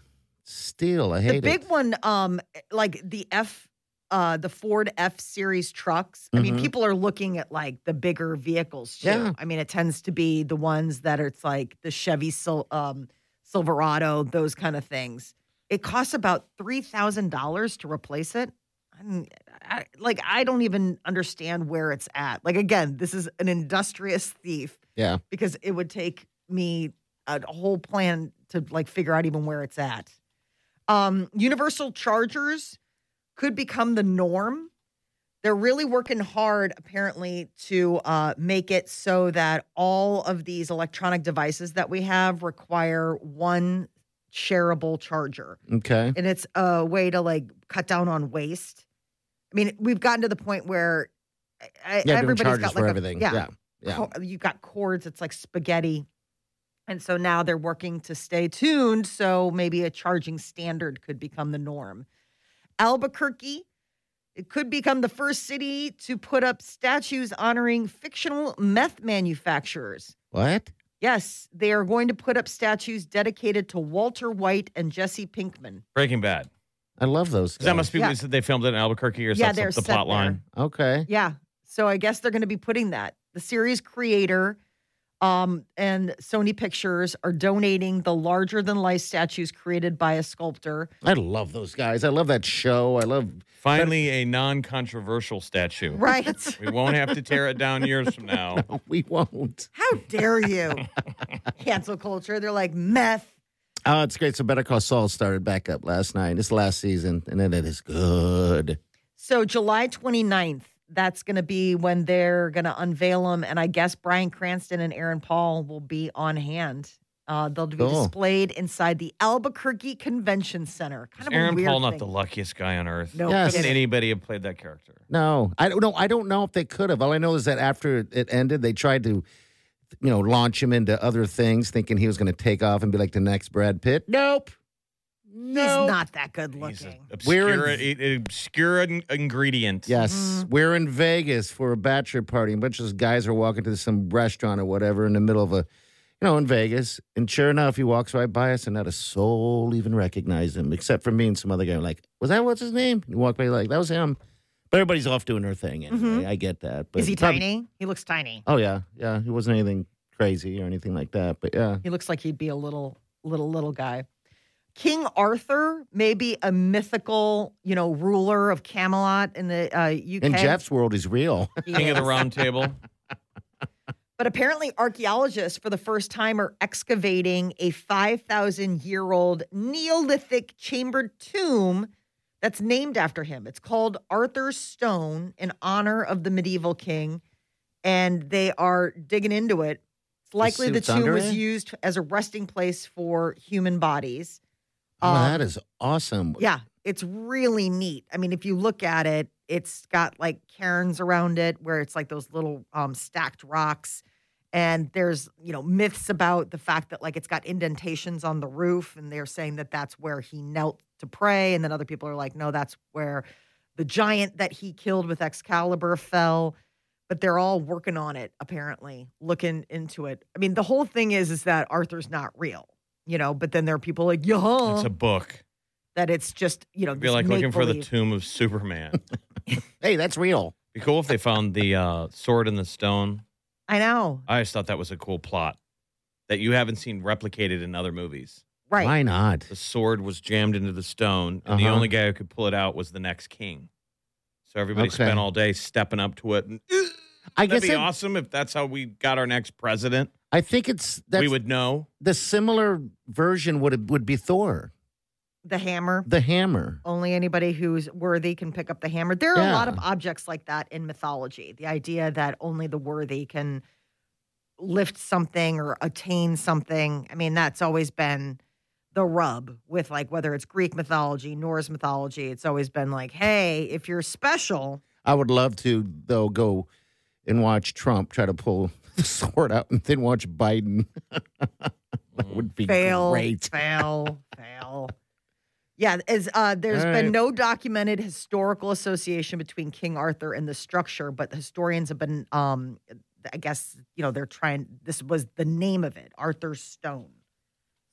steal. I the hate big it. one, um, like the F, uh, the Ford F series trucks. I mean, Mhm. people are looking at like the bigger vehicles too. Yeah. I mean, it tends to be the ones that are, it's like the Chevy Sil- um, Silverado, those kind of things. It costs about three thousand dollars to replace it. I'm, I, like, I don't even understand where it's at. Like, again, this is an industrious thief Yeah. because it would take me a whole plan to like figure out even where it's at. Um, universal chargers could become the norm. They're really working hard, apparently, to uh, make it so that all of these electronic devices that we have require one shareable charger Okay. and it's a way to like cut down on waste. I mean, we've gotten to the point where I- I, Yeah, doing everybody's charges got like for a- everything. yeah, Yeah. Yeah. co- you've got cords. It's like spaghetti, and so now they're working to stay tuned. So maybe a charging standard could become the norm. Albuquerque, it could become the first city to put up statues honoring fictional meth manufacturers. What? Yes, they are going to put up statues dedicated to Walter White and Jesse Pinkman. Breaking Bad. I love those. 'Cause that guys. must be Yeah. we said they filmed it in Albuquerque or Yeah, something. they're the set plot line. okay. Yeah. So I guess they're going to be putting that. The series creator um, and Sony Pictures are donating the larger than life statues created by a sculptor. I love those guys. I love that show. I love. Finally, a non-controversial statue. Right. We won't have to tear it down years from now. Oh, we won't. <laughs> How dare you? Cancel culture. They're like meth. Oh, it's great. So Better Call Saul started back up last night. It's the last season, and then it is good. So July 29th, that's going to be when they're going to unveil them. And I guess Brian Cranston and Aaron Paul will be on hand. Uh, they'll be Cool. displayed inside the Albuquerque Convention Center. Kind of a Aaron weird Paul, not thing. the luckiest guy on earth. No Yes. Couldn't kidding. anybody have played that character? No, I don't know. I don't know if they could have. All I know is that after it ended, they tried to, you know, launch him into other things, thinking he was going to take off and be like the next Brad Pitt. Nope. No. He's not that good He's an looking. obscure, We're in- i- i- obscure in- ingredient. Yes, we're in Vegas for a bachelor party. A bunch of guys are walking to some restaurant or whatever in the middle of a, you know, in Vegas. And sure enough, he walks right by us, and not a soul even recognized him, except for me and some other guy. Like, was that what's his name? He walked by like that was him. But everybody's off doing their thing anyway. I get that. But Is he probably- tiny? He looks tiny. Oh yeah, yeah. He wasn't anything crazy or anything like that. But yeah, He looks like he'd be a little, little, little guy. King Arthur may be a mythical, you know, ruler of Camelot in the uh, UK. and Jeff's world is real. <laughs> Oh, He King of the is. Round <laughs> Table. But apparently, archaeologists for the first time are excavating a 5,000 year old Neolithic chambered tomb that's named after him. It's called Arthur's Stone in honor of the medieval king. And they are digging into it. It's likely see the what's under tomb was it? used as a resting place for human bodies. oh, Um, that is awesome. yeah, it's really neat. I mean, if you look at it, it's got like cairns around it where it's like those little um, stacked rocks. And there's, you know, myths about the fact that like it's got indentations on the roof. And they're saying that that's where he knelt to pray. And then other people are like, no, that's where the giant that he killed with Excalibur fell. But they're all working on it, apparently, looking into it. I mean, the whole thing is is that Arthur's not real, you know, but then there are people like, yeah It's a book. that it's just you know It'd be this like looking for the make-believe. tomb of Superman. <laughs> Hey, that's real. be cool if they found the uh, sword and the stone. I know, I just thought that was a cool plot that you haven't seen replicated in other movies. right? Why not? The sword was jammed into the stone, and the Uh-huh. only guy who could pull it out was the next king. So everybody Okay. spent all day stepping up to it. And, I that'd guess be I, awesome if that's how we got our next president. I think it's that's we would know. the similar version would would be Thor, The hammer. the hammer. Only anybody who's worthy can pick up the hammer. There are a lot of Yeah. objects like that in mythology. The idea that only the worthy can lift something or attain something. I mean, that's always been the rub with like whether it's Greek mythology, Norse mythology. It's always been like, hey, if you're special, I would love to though go and watch Trump try to pull <laughs> the sword out and then watch Biden. <laughs> that would be fail, great. fail, fail. Yeah, as uh, there's All been right. no documented historical association between King Arthur and the structure, but historians have been, um, I guess, you know, they're trying. This was the name of it, Arthur's Stone.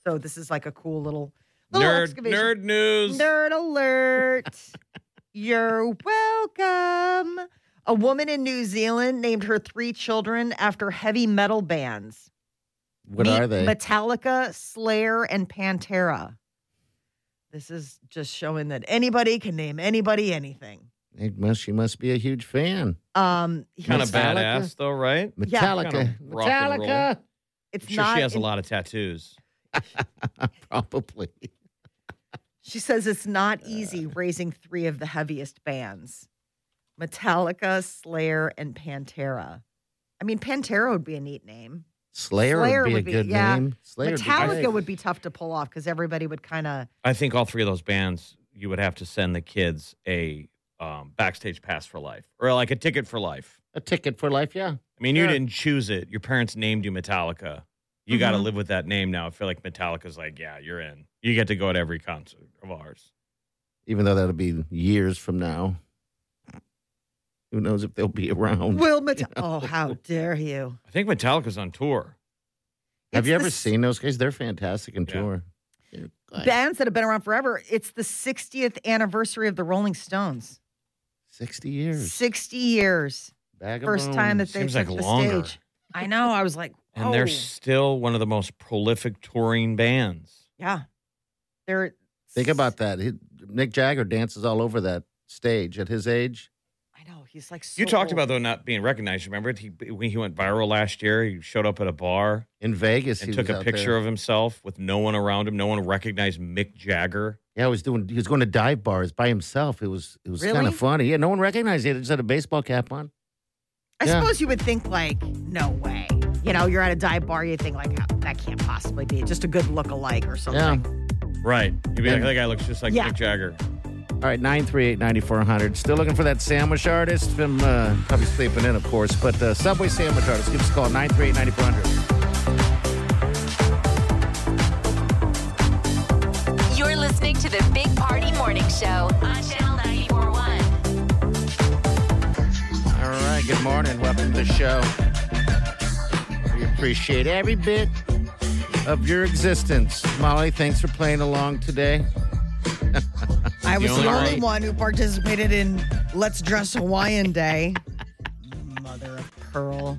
So this is like a cool little, little Nerd, excavation. nerd news. <laughs> Nerd alert. You're welcome. A woman in New Zealand named her three children after heavy metal bands. What Meet are they? Metallica, Slayer, and Pantera. This is just showing that anybody can name anybody anything. It must, she must be a huge fan. Um, here's- Kind of Metallica? badass though, right? Yeah. Metallica. Kinda rock and roll. Metallica. It's I'm sure not. she has in- a lot of tattoos. Probably. She says it's not Uh. easy raising three of the heaviest bands Metallica, Slayer, and Pantera. I mean, Pantera would be a neat name. Slayer, Slayer would be would a be- good yeah. name. Slayer would be Metallica great. would be tough to pull off because everybody would kind of. I think all three of those bands, you would have to send the kids a um, backstage pass for life, or like a ticket for life. a ticket for life. Yeah. I mean, you Sure. didn't choose it. Your parents named you Metallica. You got to Mm-hmm. live with that name now. I feel like Metallica's like, yeah, you're in. You get to go to every concert of ours. Even though that'll be years from now. Who knows if they'll be around? Will Meta- Oh, how dare you! I think Metallica's on tour. Have It's you the ever s- seen those guys? They're fantastic in Yeah. tour. They're good. bands that have been around forever? It's the 60th anniversary of the Rolling Stones. 60 years. 60 years. Bag of First time that bones. they Seems took like the longer. stage. I know. I was like, And oh, they're still one of the most prolific touring bands. yeah, they're. Think about that. He- Mick Jagger dances all over that stage at his age. I know he's like. So You talked old. about though not being recognized. Remember, he when he went viral last year, he showed up at a bar In Vegas, and he took was a out picture there. of himself with no one around him. No one recognized Mick Jagger. Yeah, he was doing. He was going to dive bars by himself. It was. It was kind Really? of funty. Yeah, no one recognized him. He just had a baseball cap on. I Yeah. suppose you would think like, no way. You know, you're at a dive bar. You think like, "Oh, that can't possibly be just a good look-alike or Yeah. something. Right? You'd be like, Yeah. that guy looks just like Yeah. <laughs> Mick Jagger. All right, 938 9400. Still looking for that sandwich artist from uh, probably sleeping in, of course, but uh, Subway sandwich artist. Give us a call 938 9400. You're listening to the Big Party Morning Show on Channel 941. All right, good morning. Welcome to the show. We appreciate every bit of your existence. Molly, thanks for playing along today. I was only the only right. one who participated in Let's Dress Hawaiian Day. Mother of pearl.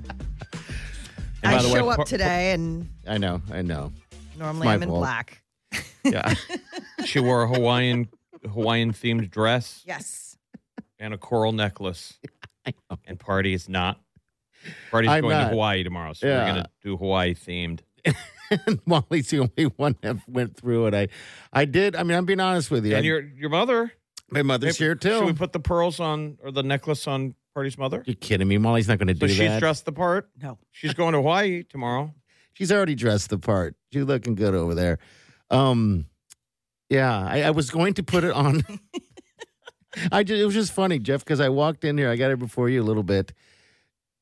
And by I the way, show par- up today and I know, I know. <laughs> normally my I'm in fault. black. Yeah. She wore a Hawaiian Hawaiian themed dress Yes. and a coral necklace. And party is not. Party's I'm going not. to Hawaii tomorrow, so Yeah. we're gonna do Hawaii themed. Molly's the only one that went through it. I I did. I mean, I'm being honest with you. And I- your your mother my mother's Maybe- here, too. Should we put the pearls on or the necklace on Party's mother? You're kidding me. Molly's not going to So do she's that. dressed the part. No. She's going to Hawaii tomorrow. She's already dressed the part. She's looking good over there. Um, yeah, I, I was going to put it on. I just, it was just funny, Jeff, because I walked in here. I got it before you a little bit,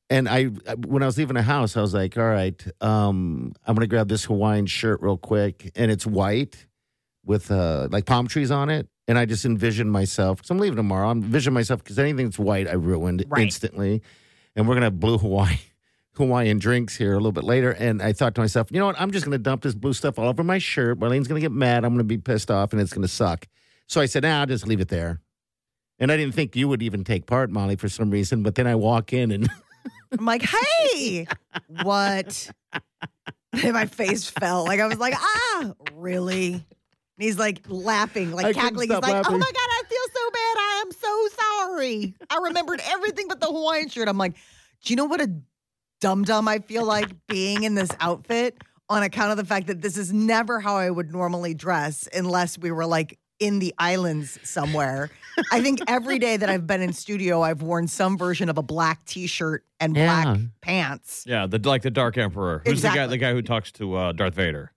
and I when I was leaving the house, I was like, "All right, um, I'm gonna grab this Hawaiian shirt real quick," and it's white with uh, like palm trees on it. And I just envisioned myself because I'm leaving tomorrow. I'm envisioning myself because anything that's white, I ruined Right. instantly. And we're gonna have blue Hawaii. <laughs> Hawaiian drinks here a little bit later. And I thought to myself, you know what? I'm just going to dump this blue stuff all over my shirt. Marlene's going to get mad. I'm going to be pissed off and it's going to suck. So I said, nah, I'll just leave it there. And I didn't think you would even take part, Molly, for some reason. But then I walk in and I'm like, hey, what? <laughs> And my face fell. Like I was like, ah, really? And he's like laughing, like I couldn't cackling. He's stop like, oh laughing. my God, I feel so bad. I am so sorry. I remembered everything but the Hawaiian shirt. I'm like, do you know what a dum dum I feel like being in this outfit on account of the fact that this is never how I would normally dress unless we were like in the islands somewhere. I think every day that I've been in studio, I've worn some version of a black t shirt and black Yeah. pants. Yeah, the like the Dark Emperor. Who's the guy? Exactly. The guy who talks to uh, Darth Vader.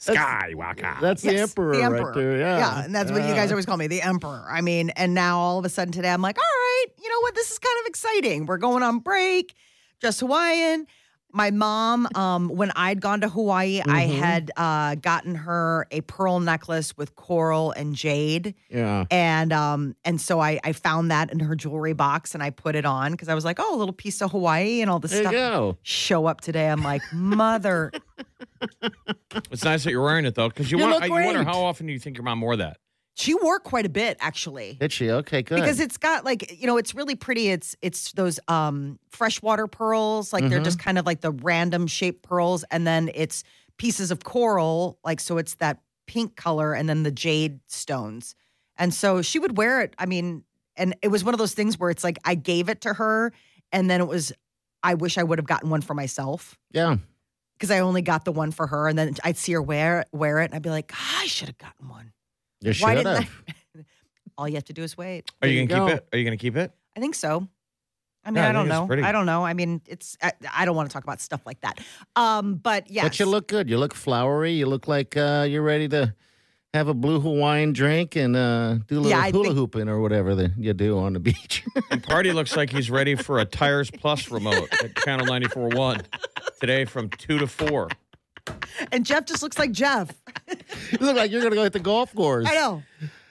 Skywalker. That's the, Yes, emperor right there. Yeah. and that's what you guys Yeah. always call me, the emperor. I mean, and now all of a sudden today, I'm like, all right, you know what? This is kind of exciting. We're going on break, just Hawaiian. My mom, um, when I'd gone to Hawaii, I Mm-hmm. had uh, gotten her a pearl necklace with coral and jade. Yeah. And um, and so I, I found that in her jewelry box and I put it on because I was like, oh, a little piece of Hawaii and all this There you stuff. go. Show up today. I'm like, <laughs> mother. It's nice that you're wearing it though, because you, You want, look I, you wonder great. how often do you think your mom wore that? she wore quite a bit, actually. Did she? Okay, good. because it's got like you know it's really pretty it's it's those um freshwater pearls like they're Mm-hmm. just kind of like the random shaped pearls and then it's pieces of coral like so it's that pink color and then the jade stones and so she would wear it i mean and it was one of those things where it's like i gave it to her and then it was i wish i would have gotten one for myself yeah. because i only got the one for her and then i'd see her wear wear it and i'd be like "Ah, i should have gotten one You why should didn't have. i <laughs> all you have to do is wait Are There you you gonna keep go. it? Are you gonna keep it? I think so. I mean, Yeah, I I don't think it's know. pretty. I don't know. I mean, it's I, I don't want to talk about stuff like that. Um, but yes, But you look good. You look flowery. You look like uh, you're ready to have a blue Hawaiian drink and uh, do a little Yeah, I hula think- hooping or whatever that you do on the <laughs> beach. And Party looks like he's ready for a Tires Plus remote at Channel 94.1 today from 2 to 4. and Jeff just looks <laughs> like Jeff. you look like you're going to go hit the golf course. I know.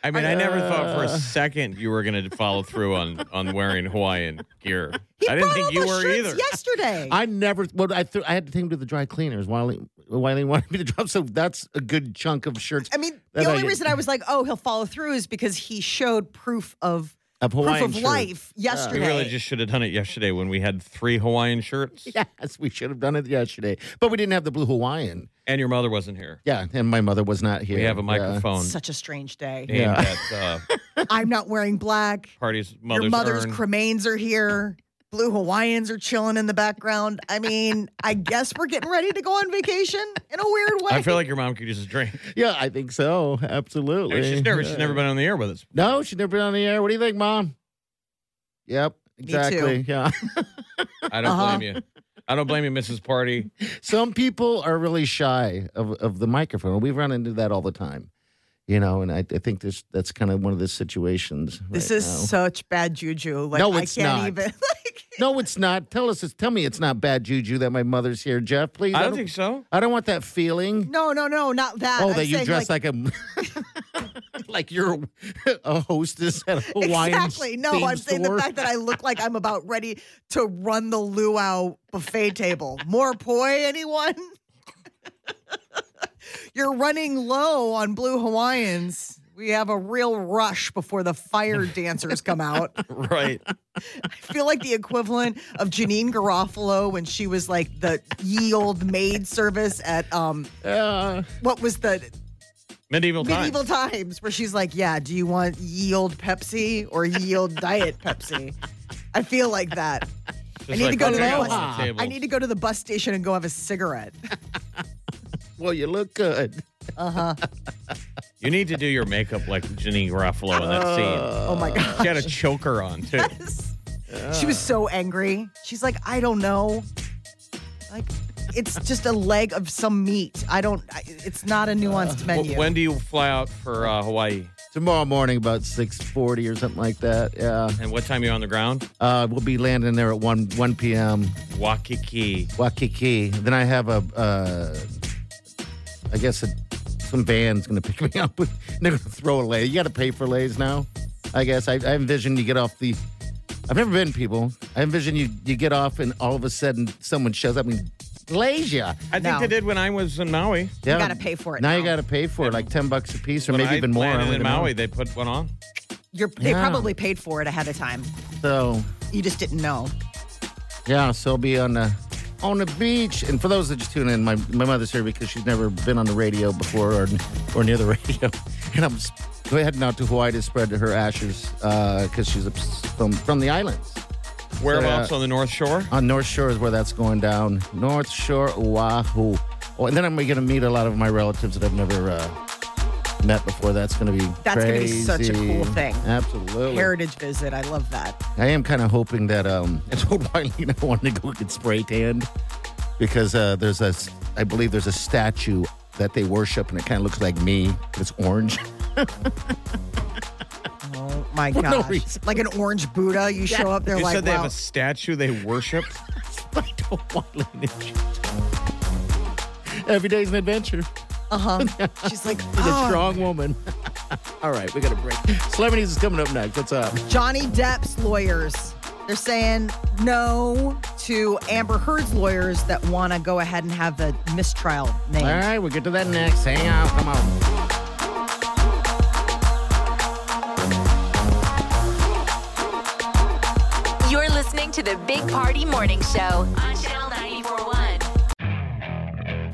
I mean, I never thought for Uh. a second you were going to follow through on, on wearing Hawaiian gear. He I didn't brought think all you those were shirts either. <laughs> yesterday. I never. Well, I threw I had to take him to the dry cleaners. Wiley, Wiley wanted me to drop, so that's a good chunk of shirts. I mean, That the I only get- reason I was like, "Oh, he'll follow through," is because he showed proof of Of Hawaiian proof of shirt. life We yesterday. really just should have done it yesterday when we had three Hawaiian shirts <laughs> Yes, we should have done it yesterday, but we didn't have the blue Hawaiian. and your mother wasn't here. Yeah, and my mother was not here. We have a Yeah. microphone Such a strange <laughs> day. aimed at uh, I'm not wearing black. Party's mother's, Your mother's urn. cremains are here. Blue Hawaiians are chilling in the background. I mean, I guess we're getting ready to go on vacation in a weird way. I feel like your mom could use a drink. Yeah, I think so. Absolutely. She's never, she's never been on the air with us. No, she's never been on the air. What do you think, Mom? Yep, too. exactly. Yeah. <laughs> I don't Uh-huh. blame you. I don't blame you, Mrs. <laughs> Party. Some people are really shy of, of the microphone. We run into that all the time, you know, and I, I think this that's kind of one of the situations. This right is now. such bad juju. Like No, it's I can't not. even <laughs> like No, it's not. Tell us, it's, tell me it's not bad juju that my mother's here, Jeff, please. I don't think so. I don't want that feeling. no, no, no, not that. Oh, I'm that you saying, dress like, a <laughs> like you're a hostess at a Hawaiian Exactly. No, theme I'm saying the store. fact that I look like I'm about ready to run the luau buffet table. More poi, anyone? <laughs> You're running low on blue Hawaiians. We have a real rush before <laughs> the fire dancers come out. Right. I feel like the equivalent of Janine Garofalo when she was like the ye old maid service at um Yeah. what was the Medieval times. medieval times where she's like, "Yeah, do you want ye old Pepsi or ye old diet Pepsi?" I feel like that. Just I need to go to everything the else bus. on the table. I need to go to the bus station and go have a cigarette. Well, you look good. Uh-huh. You need to do your makeup like Janine Garofalo in that Uh, scene. oh my She god. <laughs> had a choker on too. She was so angry. She's like, "I don't know." Like it's just a leg of some meat. I don't I- it's not a nuanced menu. Wh- Uh, When do you fly out for uh, Hawaii? Tomorrow morning, about six forty or something like that. Yeah, And what time are you on the ground? uh, we'll be landing there at one one p.m. Waikiki. Waikiki. Then I have a, uh, I guess a, some van's going to pick <laughs> me up. and They're going to throw a lay. You got to pay for lays now. I guess I, I envision you get off the. I've never been people. I envision you you get off and all of a sudden someone shows up and lays you. I think No. they did when I was in Maui. Yeah. gotta pay for it Now, you got now. to pay for it, like ten bucks a piece, or When maybe I even more. I landed don't in even know. Maui, they put one on. You're, they Yeah. probably paid for it ahead of time. So You just didn't know. Yeah, so I'll be on the on the beach. And for those that just tune in, my, my mother's here because she's never been on the radio before or or near the <laughs> radio. And I'm s- go ahead and out to Hawaii to spread her ashes because she's a, from from the islands. uh, Whereabouts on the North Shore? On North Shore is where that's going down. North Shore, Oahu. Oh, and then I'm going to meet a lot of my relatives that I've never uh, met before. That's going to be That's gonna be such a crazy. cool thing. Absolutely. Heritage visit. I love that. I am kind of hoping that um, <laughs> I told Wiley I wanted to go get spray tanned because uh, there's a, I believe there's a statue that they worship, and it kind of looks like me. It's orange. <laughs> Oh my For no gosh. reason. like an orange Buddha, you show up there you like said they wow. have a statue they worship. I don't want lineage. Every day's an adventure. uh-huh. <laughs> She's like, She's a oh, strong woman. <laughs> All right, we got a break. Celebrities is coming up next. What's up? Johnny Depp's lawyers. They're saying no to Amber Heard's lawyers that want to go ahead and have the mistrial All named. right, we'll get to that next. Hang out. Come on. You're listening to the Big Party Morning Show on Channel 941.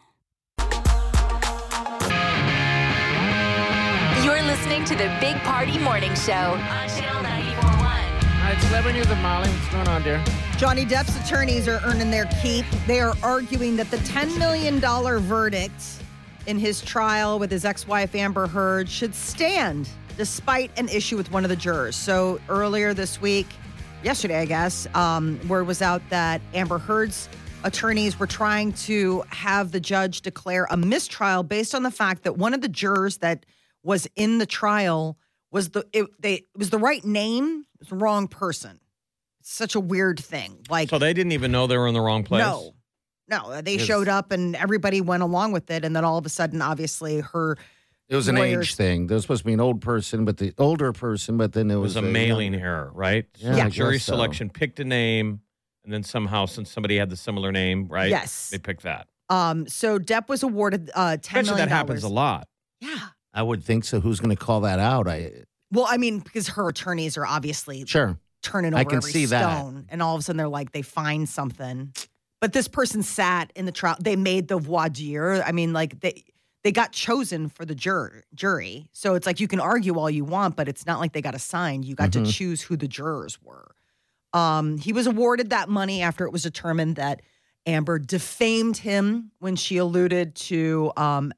You're listening to the Big Party Morning Show on Channel 941. All right, celebrity news with Molly. What's going on, dear? Johnny Depp's attorneys are earning their keep. They are arguing that the $10 million verdict in his trial with his ex wife, Amber Heard, should stand despite an issue with one of the jurors. So earlier this week, yesterday, I guess, um, word was out that Amber Heard's attorneys were trying to have the judge declare a mistrial based on the fact that one of the jurors that was in the trial was the it, they it was the right name, it was the wrong person such a weird thing. Like, So they didn't even know they were in the wrong place. no, no, uh, they Yes. showed up and everybody went along with it, and then all of a sudden, obviously, her It was an Lawyers. age thing. There was supposed to be an old person, but the older person, but then it It was, was a young- mailing error, right? Yeah, I So Jury guess so. selection picked a name, and then somehow, since somebody had the similar name, right? Yes. They picked that. um, so Depp was awarded uh, ten Bet you million that happens a lot. Yeah. I would think so. Who's going to call that out? I Well, I mean, because her attorneys are obviously sure. turning over I can every see that. stone, and all of a sudden they're like they find something. But this person sat in the trial. They made the voir dire. I mean, like they they got chosen for the jur- jury. So it's like you can argue all you want, but it's not like they got assigned. You got Mm-hmm. to Mhm. choose who the jurors were. Um, he was awarded that money after it was determined that Amber defamed him when she alluded to um,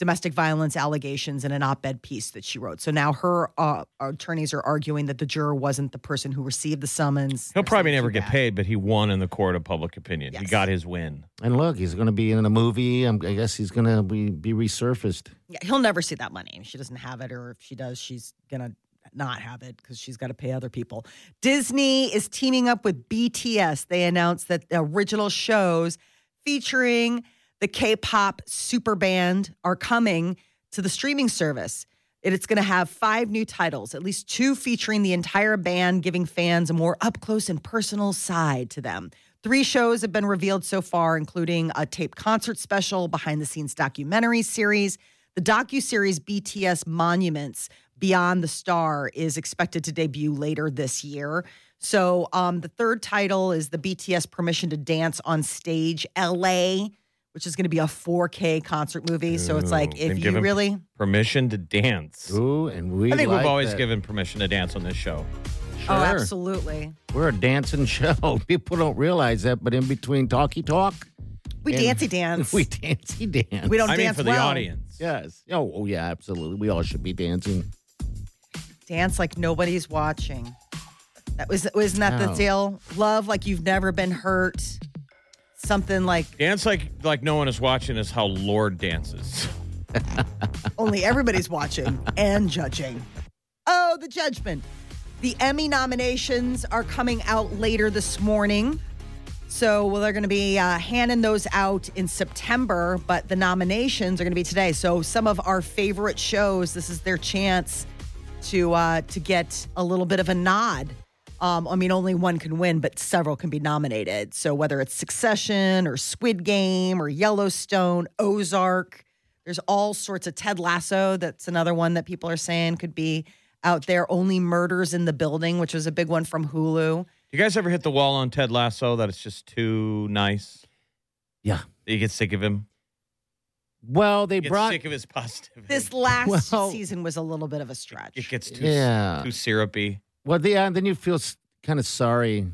domestic violence allegations in an op-ed piece that she wrote. So now her uh, our attorneys are arguing that the juror wasn't the person who received the summons. He'll or probably something never like get that. paid, but he won in the court of public opinion. He Yes. got his win. And look, he's going to be in a movie. I'm, I guess he's going to be, be resurfaced. Yeah, he'll never see that money. If She doesn't have it, or if she does, she's gonna not have it because she's got to pay other people. Disney is teaming up with BTS. They announced that the original shows featuring the K-pop super band are coming to the streaming service. And it's going to have five new titles, at least two featuring the entire band, giving fans a more up close and personal side to them. Three shows have been revealed so far, including a tape concert special, behind the scenes documentary series. The docu series BTS Monuments Beyond the Star is expected to debut later this year. So, um, the third title is the BTS Permission to Dance on Stage LA, which is going to be a 4K concert movie. so, it's Ooh, like if they've you given really. Permission to dance. Ooh, and we. I think like we've always that. given permission to dance on this show. Sure. Oh, absolutely. We're a dancing show. <laughs> People don't realize that, but in between talky talk, We And- <laughs> dancey <laughs> dance. we dancey dance. We don't I mean, dance for the well. audience. Yes. Oh, oh, yeah, absolutely. We all should be dancing. Dance like nobody's watching. That was wasn't that Oh. the No. deal? Love like you've never been hurt. Something like Dance like like no one is watching is how Lord dances. <laughs> only everybody's watching and judging. Oh, the judgment. The Emmy nominations are coming out later this morning. So, well, they're going to be uh, handing those out in September, but the nominations are going to be today. So, some of our favorite shows, this is their chance to uh, to get a little bit of a nod. Um, I mean, only one can win, but several can be nominated. So, whether it's Succession or Squid Game or Yellowstone, Ozark, there's all sorts of Ted Lasso. That's another one that people are saying could be out there. Only Murders in the Building, which was a big one from Hulu. You guys ever hit the wall on Ted Lasso that it's just too nice? Yeah. You get sick of him? Well, they You get brought sick of his positivity. This last Well- season was a little bit of a stretch. It gets too, Yeah. too syrupy. Well, yeah, and then you feel kind of sorry.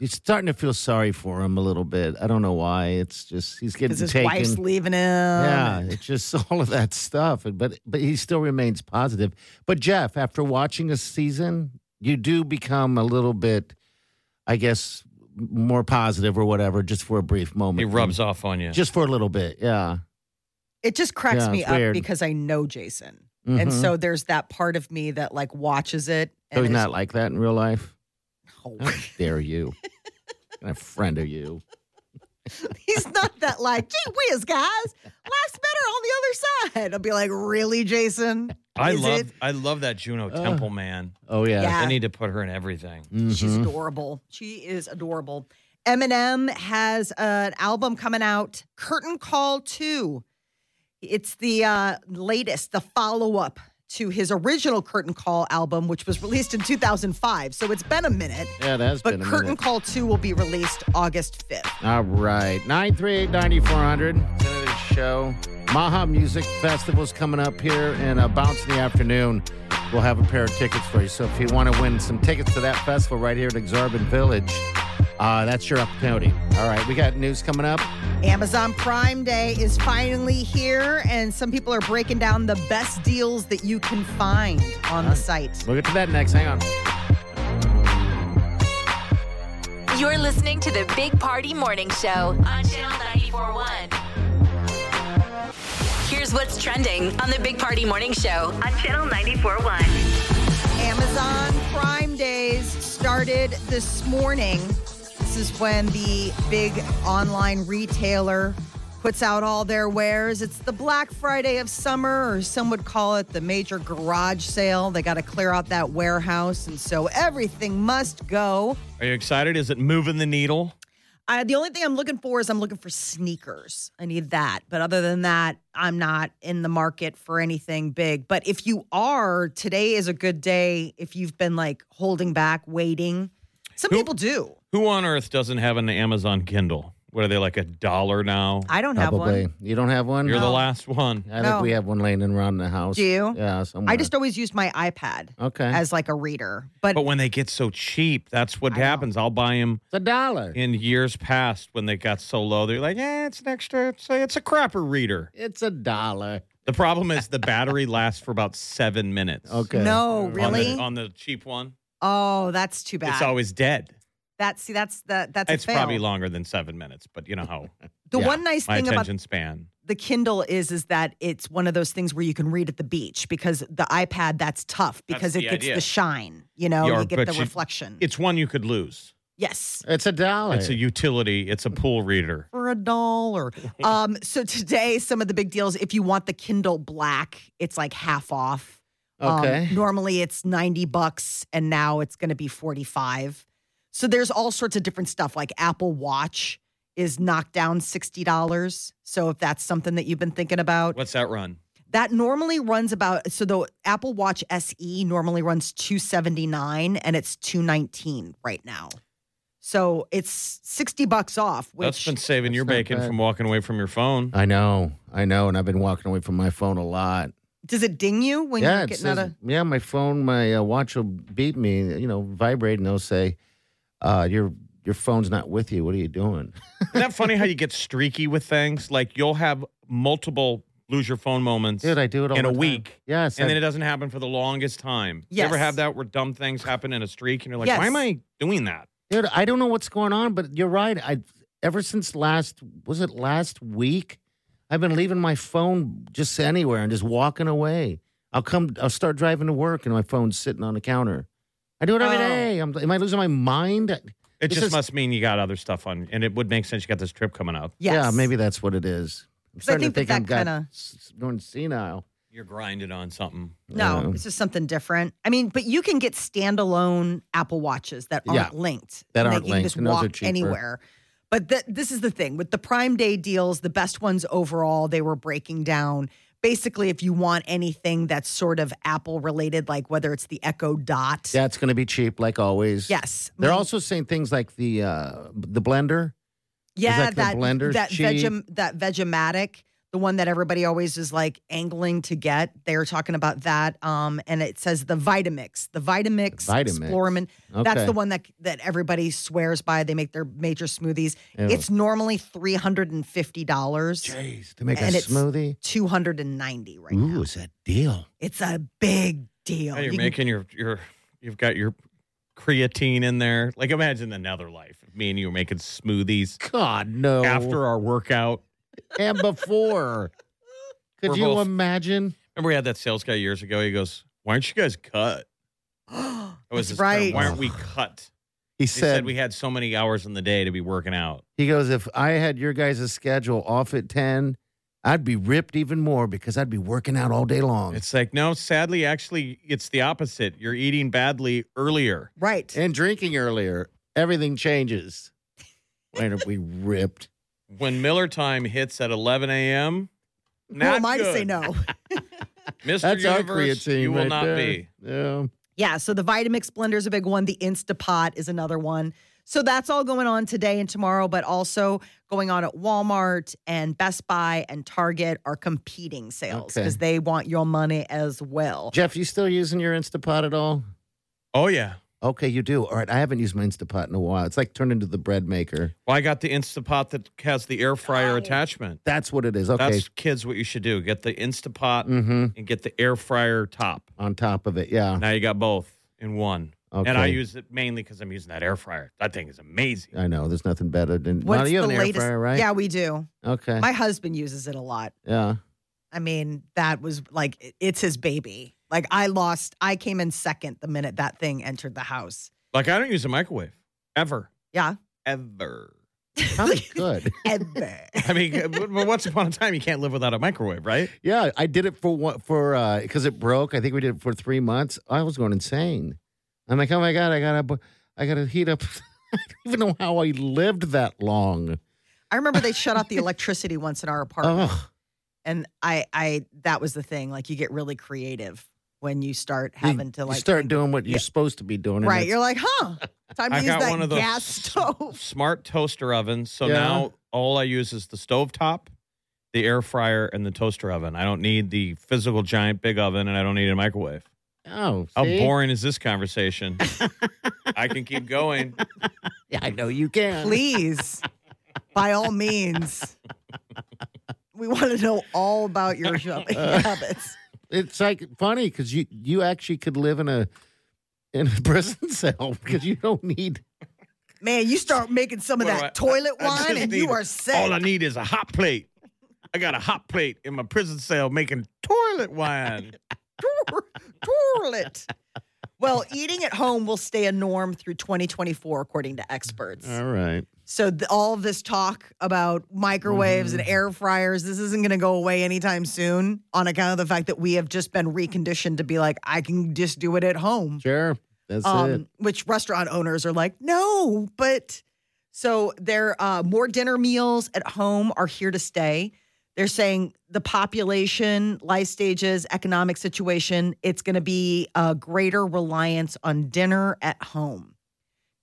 You're starting to feel sorry for him a little bit. I don't know why. It's just he's getting because his taken. wife's leaving him. Um, yeah, it's just <laughs> all of that stuff. And- But but he still remains positive. But Jeff, after watching a season, you do become a little bit, I guess, more positive or whatever, just for a brief He moment. Mm-hmm. rubs off on you. just for a little bit. Yeah. It just cracks Yeah, me it's up weird. because I know Jason, Mhm. and so there's that part of me that like watches it. So And he's is- <laughs> oh, not like that in real life. No. How dare you? and a friend of you. he's not that like. Gee whiz, guys, life's better on the other side. I'll be like, really, Jason? I Is love it? I love that Juno Uh, Temple man. Oh yeah. Yeah. I need to put her in everything. She's Mhm. adorable. She is adorable. Eminem has an album coming out, Curtain Call 2. It's the uh, latest, the follow up to his original Curtain Call album, which was released in 2005. So it's been a minute, Yeah, it has but been a Curtain minute. Call 2 will be released August 5th. All right. 938 9400. It's another show. Maha Music Festival's coming up here in a bounce in the afternoon. We'll have a pair of tickets for you. So if you want to win some tickets to that festival right here at Exorbitant Village, uh, that's your opportunity. All right. We got news coming up. Amazon Prime Day is finally here, and some people are breaking down the best deals that you can find on the site. We'll get to that next. Hang on. You're listening to the Big Party Morning Show on Channel 941. Here's what's trending on the Big Party Morning Show. On Channel 94.1. Amazon Prime Days started this morning. This is when the big online retailer puts out all their wares. It's the Black Friday of summer, or some would call it the major garage sale. They got to clear out that warehouse, and so everything must go. Are you excited? Is it moving the needle? I, the only thing I'm looking for is I'm looking for sneakers. I need that. But other than that, I'm not in the market for anything big. But if you are, today is a good day if you've been like holding back, waiting. Some Who- people do. Who on earth doesn't have an Amazon Kindle? What are they like a dollar now? I don't have Probably. one. You don't have one? You're the No. last one. I No. think we have one laying around the house. Do you? Yeah, Hmm. somewhere. I just always used my iPad Okay. as like a reader. But, But when they get so cheap, that's what I know. happens. I'll buy them it's a dollar. in years past when they got so low. They're like, yeah, it's an extra. It's a, it's a crapper reader. It's a dollar. The problem is the battery <laughs> lasts for about seven minutes. Okay. On no, the- really? On the, cheap one, oh, that's too bad. it's always dead. that's see, that's that that's a It's fail. probably longer than seven minutes, but you know how the yeah, one nice my thing about attention span. the Kindle is is that it's one of those things where you can read at the beach because the iPad that's tough because the it gets idea. the shine, you know, Yeah, you get but the you- reflection. It's one you could lose. yes. It's a dollar. It's a utility. It's a pool reader. For <laughs> a dollar. um, so today, some of the big deals, if you want the Kindle Black, it's like half off. Um, Okay. normally it's 90 bucks and now it's going to be 45. So there's all sorts of different stuff like Apple Watch is knocked down $60. So if that's something that you've been thinking about, What's that run? That normally runs about so the Apple Watch SE normally runs 279 and it's 219 right now. So it's 60 bucks off, That's which been saving your That's not bacon bad. from walking away from <laughs> your phone. I know, I know, and I've been walking away from my phone a lot. does it ding you when yeah, you're it getting says- out of yeah, my phone, my uh, watch will beat me. You know, vibrate, and they'll say, uh, "Your your phone's not with you. What are you doing?" Isn't that funny how you get streaky with things? Like you'll have multiple lose your phone moments <laughs> Dude, I do it all in the a time. week. Yes, And then I- it doesn't happen for the longest time. You ever Yes. have that where dumb things happen in a streak and you're like, Yes. why am I doing that? dude, I don't know what's going on, but you're right. I ever since last was it last week, I've been leaving my phone just anywhere and just walking away. I'll come, I'll start driving to work, and my phone's sitting on the counter. I do it every Oh. day. I'm, am I losing my mind? It This just is- must mean you got other stuff on, and it would make sense. You got this trip coming up. Yeah, maybe that's what it is. I'm 'Cause I starting think that to think that I've got kinda- s- s- going senile. You're grinding on something. No, Yeah. this is something different. I mean, but you can get standalone Apple Watches that aren't Yeah, linked. that and aren't You can linked, just and those are walk cheaper. anywhere. But th- this is the thing with the Prime Day deals, the best ones overall, they were breaking down. Basically, if you want anything that's sort of Apple related, like whether it's the Echo Dot, That's going to be cheap, like always. Yes. Mm-hmm. They're also saying things like the uh, the blender. yeah, like the that blender's that cheap. that Vegematic, the one that everybody always is like angling to get. They're talking about that, um, and it says the Vitamix, the Vitamix, Vitamix. Exploramin. That's Okay. the one that that everybody swears by. They make their major smoothies. Ew. It's normally three hundred and fifty dollars. Jeez, to make And a it's- smoothie. two hundred and ninety right Ooh, now. it's a deal. It's a big deal. Yeah, you're You can- <gasps> making your your you've got your creatine in there. Like imagine another life. Me and you were making smoothies God no. after our workout. and <laughs> before. Could We're you both- imagine? Remember we had that sales guy years ago. He goes, "Why aren't you guys cut?" That was Oh, That's his term. right. <sighs> Why aren't we cut? He He said, said we had so many hours in the day to be working out. he goes, if I had your guys' schedule off at 10, I'd be ripped even more because I'd be working out all day long. It's like no, sadly, actually, it's the opposite. You're eating badly earlier. right. and drinking earlier, everything changes. Wait, are we <laughs> ripped? When Miller time hits at 11 a.m., Who not am I to good. say no? <laughs> Mr. That's our Universe, creatine. you will right not there. be. Yeah. Yeah, so the Vitamix blender is a big one. The Instapot is another one. So that's all going on today and tomorrow, but also going on at Walmart and Best Buy and Target are competing sales Okay. because they want your money as well. Jeff, you still using your Instapot at all? Oh yeah. Okay, you do. All right, I haven't used my Instapot in a while. It's like turned into the bread maker. Well, I got the Instapot that has the air fryer attachment. That's what it is. Okay. That's kids what you should do. Get the Instapot mm-hmm. and get the air fryer top. On top of it, yeah. Now you got both in one. Okay. And I use it mainly because I'm using that air fryer. That thing is amazing. I know. There's nothing better than. What's Molly, you have the an air latest? fryer, right? Yeah, we do. Okay. My husband uses it a lot. yeah. I mean, that was like it- it's his baby. Like I lost, I came in second the minute that thing entered <laughs> the house. Like I don't use a microwave ever, Yeah, ever. How good. ever. <laughs> I mean, but but once upon a time, you can't live without a microwave, right? Yeah, I did it for one for uh because it broke. I think we did it for three months. I was going insane. I'm like, oh my god, I gotta, bu- I gotta heat up. <laughs> I don't even know how I lived that long. I remember they shut off the electricity once in our apartment. Uh-huh. Oh, and I, I that was the thing. Like you get really creative when you start you, having to you like start think- doing what you're Yeah. supposed to be doing. and right. it's- You're like, huh? Time to I use got that one of those gas stove. Smart toaster oven. So Yeah. now all I use is the stove top, the air fryer, and the toaster oven. I don't need the physical giant big oven, and I don't need a microwave. oh, How see? boring is this conversation? I can keep going. Yeah, I know you can. Please, by <laughs> all means, we want to know all about your shopping <laughs> habits. It's like funny because you you actually could live in a in a <laughs> prison cell because you don't need. Man, you start making some of What that do I- toilet <laughs> I just wine, and you need- are set. All I need is a hot plate. I got a hot plate in my prison cell making toilet <laughs> wine. <laughs> toilet. Well, eating at home will stay a norm through 2024, according to experts. All right. So th- all of this talk about microwaves Mm-hmm. and air fryers, this isn't going to go away anytime soon on account of the fact that we have just been reconditioned to be like, I can just do it at home. Sure. That's Um, it. which restaurant owners are like, no, but so their uh, more dinner meals at home are here to stay. They're saying the population, life stages, economic situation, it's going to be a greater reliance on dinner at home.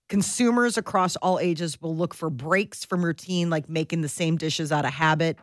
Consumers across all ages will look for breaks from routine, like making the same dishes out of habit.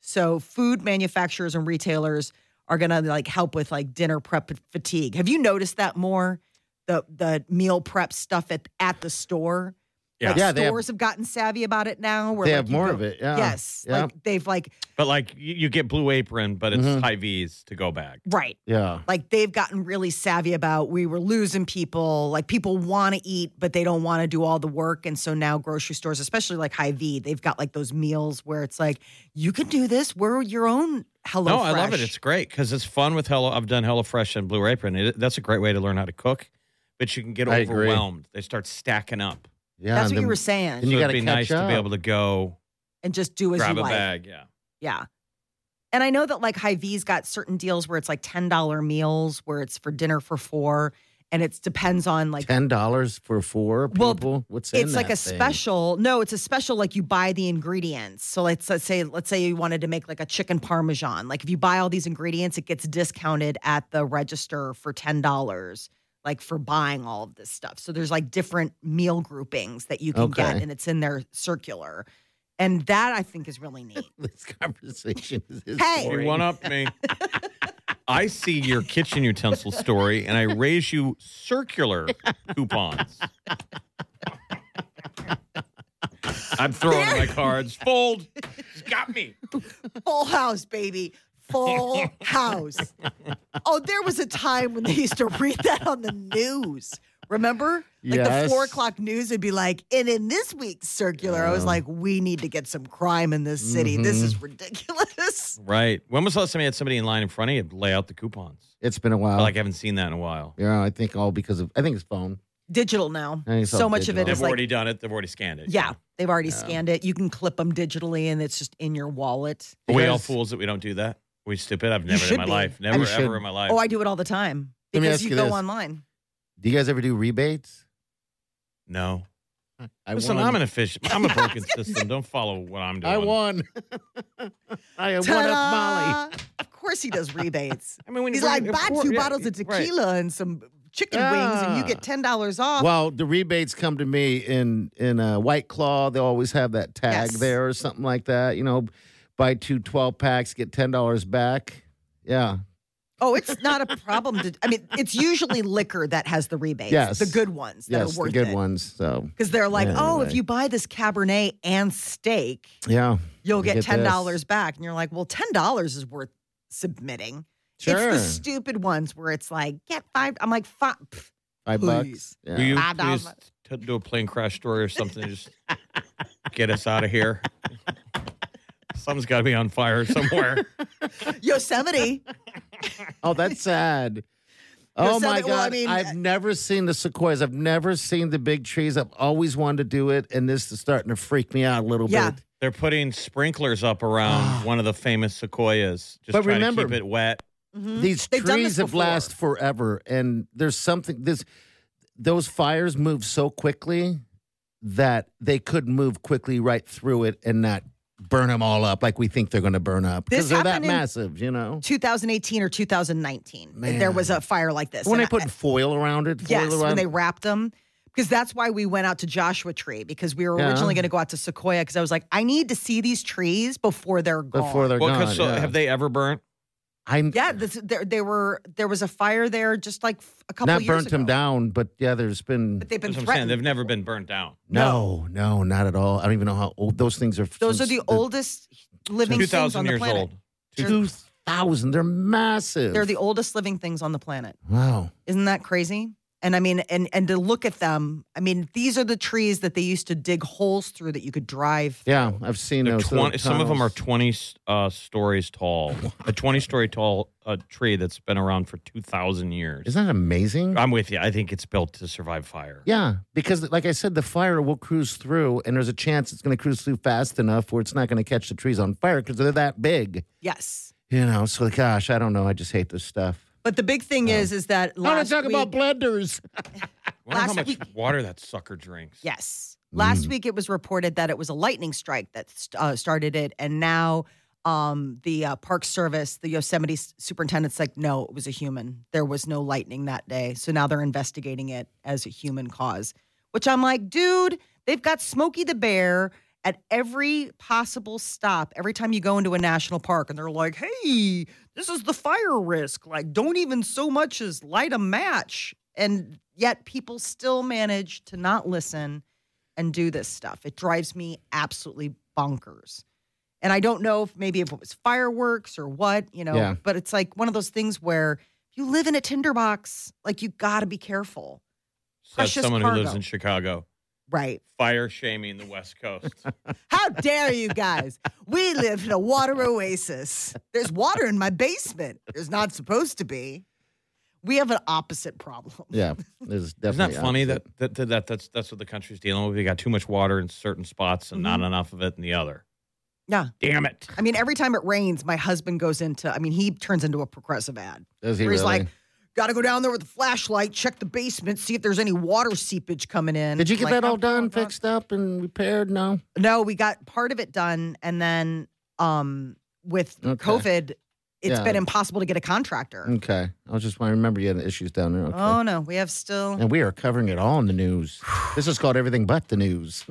So, food manufacturers and retailers are going to like help with like dinner prep fatigue. Have you noticed that more? The the meal prep stuff at at the store. Yeah. Like, Yeah, they have- stores have, gotten savvy about it now. Where They like, have you more go- of it. Yeah. Yes, Yeah. like they've like But like you, you get Blue Apron, but it's Mhm. high V's to go back. right. yeah. like they've gotten really savvy about we were losing people like people want to eat but they don't want to do all the work and so now grocery stores especially like high v they've got like those meals where it's like you can do this we're your own hello no, I love it. Fresh. It's great because it's fun with Hello. I've done HelloFresh and Blue Apron. It, that's a great way to learn how to cook, but you can get I agree. overwhelmed. They start stacking up. Yeah, and That's what then- you were saying. then you So gotta it'd be catch nice to be up. able to go and just do as grab you a like. bag. Yeah. Yeah. And I know that like Hy-Vee's got certain deals where it's like $10 meals, where it's for dinner for four, and it depends on like Ten dollars for four people. Well, What's in it's like that a thing? special. No, it's a special. Like you buy the ingredients. So let's let's say let's say you wanted to make like a chicken parmesan. Like if you buy all these ingredients, it gets discounted at the register for ten dollars. Like for buying all of this stuff. So there's like different meal groupings that you can get, Okay. and it's in their circular. And that I think is really neat. <laughs> This conversation is is Hey! You boring. one up me. <laughs> I see your kitchen utensil story and I raise you circular coupons. I'm throwing my cards. Fold. He's got me. Full house, baby. Full <laughs> house. Oh, there was a time when they used to read that on the news. Remember? Like the Yes. four o'clock news would be like, and in this week's circular, I was Yeah. Mm-hmm. like, we need to get some crime in this city. This is ridiculous. Right. When was the last time you had somebody in line in front of you to lay out the coupons? It's been a Uh, while. I like haven't seen that in a while. yeah, I think all because of I think it's phone. Digital now. I think it's So all much of it digital. is They've like, already done it. They've already scanned it. yeah, they've already Yeah. scanned it. You can clip them digitally and it's just in your wallet. Are we all Because- fools that we don't do that? we stupid? I've never in should my be. life. Never should. ever in my life. Oh, I do it all the time Let me because ask you you go this. online. Do you guys ever do rebates? no. I Listen, won. I'm an efficient. I'm <laughs> a broken system. Don't follow what I'm doing. I won. <laughs> I won up Molly. Ta-da! Of course he does rebates. I mean, when He's when- like, of buy course- two yeah, bottles of <laughs> right. tequila and some chicken wings, and you Yeah. get ten dollars off. Ah. Well, the rebates come to me in in uh, White Claw. They always have that tag Yes. there or something like that. You know, buy two 12 packs, get ten dollars back. Yeah, oh, it's not a problem. To, I mean, it's usually liquor that has the rebates. Yes. the good ones that yes, are worth the good it. ones. So Because they're like, Yeah, oh, if right. you buy this Cabernet and steak, yeah, you'll You get get ten dollars this. back, and you're like, well, ten dollars is worth submitting. sure. It's the stupid ones where it's like, get five. I'm like, five. pff, Five bucks. please. Yeah. Will you Five please dollars. t- do a plane crash story or something? to <laughs> Just get us out of here. <laughs> Something's got to be on fire somewhere. <laughs> <laughs> <laughs> Yosemite. Oh, <laughs> that's sad. Oh my Yosemite- God! well, I mean, uh, I've never seen the sequoias. I've never seen the big trees. I've always wanted to do it, and this is starting to freak me out a little Yeah. bit. They're putting sprinklers <sighs> up around one of the famous sequoias. Just But try remember- to keep it wet. Mhm. These They've done this trees have before. last forever, and there's something this. Those fires move so quickly that they could move quickly right through it and not burn them all up like we think they're going to burn up because This they're that happened in- massive, you know. 2018 or 2019, there Man. was a fire like this. When And they I- put foil around it, foil Yes, around when they wrapped them. Because that's why we went out to Joshua Tree because we were Yeah. originally going to go out to Sequoia because I was like, I need to see these trees before they're gone. before they're Well, gone. 'cause so, uh, yeah. have they ever burnt? I'm yeah, this, there, they were. There was a fire there just like f- a couple not years burnt ago. them down, but yeah, there's been But they've been That's what I'm threatened. saying. They've never been burnt down. no, no, not at all. I don't even know how old those things are. Those are since the oldest living Two things thousand on the years planet. old. Two thousand. They're massive. They're the oldest living things on the planet. wow. Isn't that crazy? And I mean, and and to look at them, I mean, these are the trees that they used to dig holes through that you could drive. through. Yeah, I've seen They're those. little 20 some of them are tunnels. 20 uh, <laughs> stories tall. a 20 story tall uh, tree that's been around for 2,000 years. Isn't that amazing? I'm with you. I think it's built to survive fire. yeah, because like I said, the fire will cruise through, and there's a chance it's going to cruise through fast enough where it's not going to catch the trees on fire because they're that big. Yes. You know, so gosh, I don't know. I just hate this stuff. But the big thing is, is that I want last to talk week, about blenders. Wonder how Last much week- water that sucker drinks. yes, last Mm. week it was reported that it was a lightning strike that uh, started it, and now um, the uh, Park Service, the Yosemite s- superintendent's like, no, it was a human. There was no lightning that day, so now they're investigating it as a human cause. Which I'm like, dude, they've got Smokey the Bear. At every possible stop, every time you go into a national park, and they're like, hey, this is the fire risk. Like, don't even so much as light a match. And yet people still manage to not listen and do this stuff. It drives me absolutely bonkers. And I don't know if maybe if it was fireworks or what, you know, Yeah. but it's like one of those things where if you live in a tinderbox, like you gotta be careful. Says Precious someone who lives cargo. in Chicago. Right. Fire shaming the West <laughs> Coast. How dare you guys? We live in a water oasis. There's water in my basement. There's not supposed to be. We have an opposite problem. Yeah, there's <laughs> Isn't that definitely funny that, that that that- that's that's what the country's dealing with? We got too much water in certain spots and Mm-hmm. not enough of it in the other. Yeah. Damn it! I mean, every time it rains, my husband goes into, I mean, he turns into a progressive ad. Does he Where he's really? like, gotta go down there with a flashlight, check the basement, see if there's any water seepage coming in. Did you get Like, that all I'm- done, fixed up, and repaired? No. No, we got part of it done. And then um with Okay. COVID, it's Yeah. been impossible to get a contractor. Okay. I was just I remember you had issues down there. Okay. Oh no, we have still And we are covering it all in the <sighs> news. this is called everything but the news.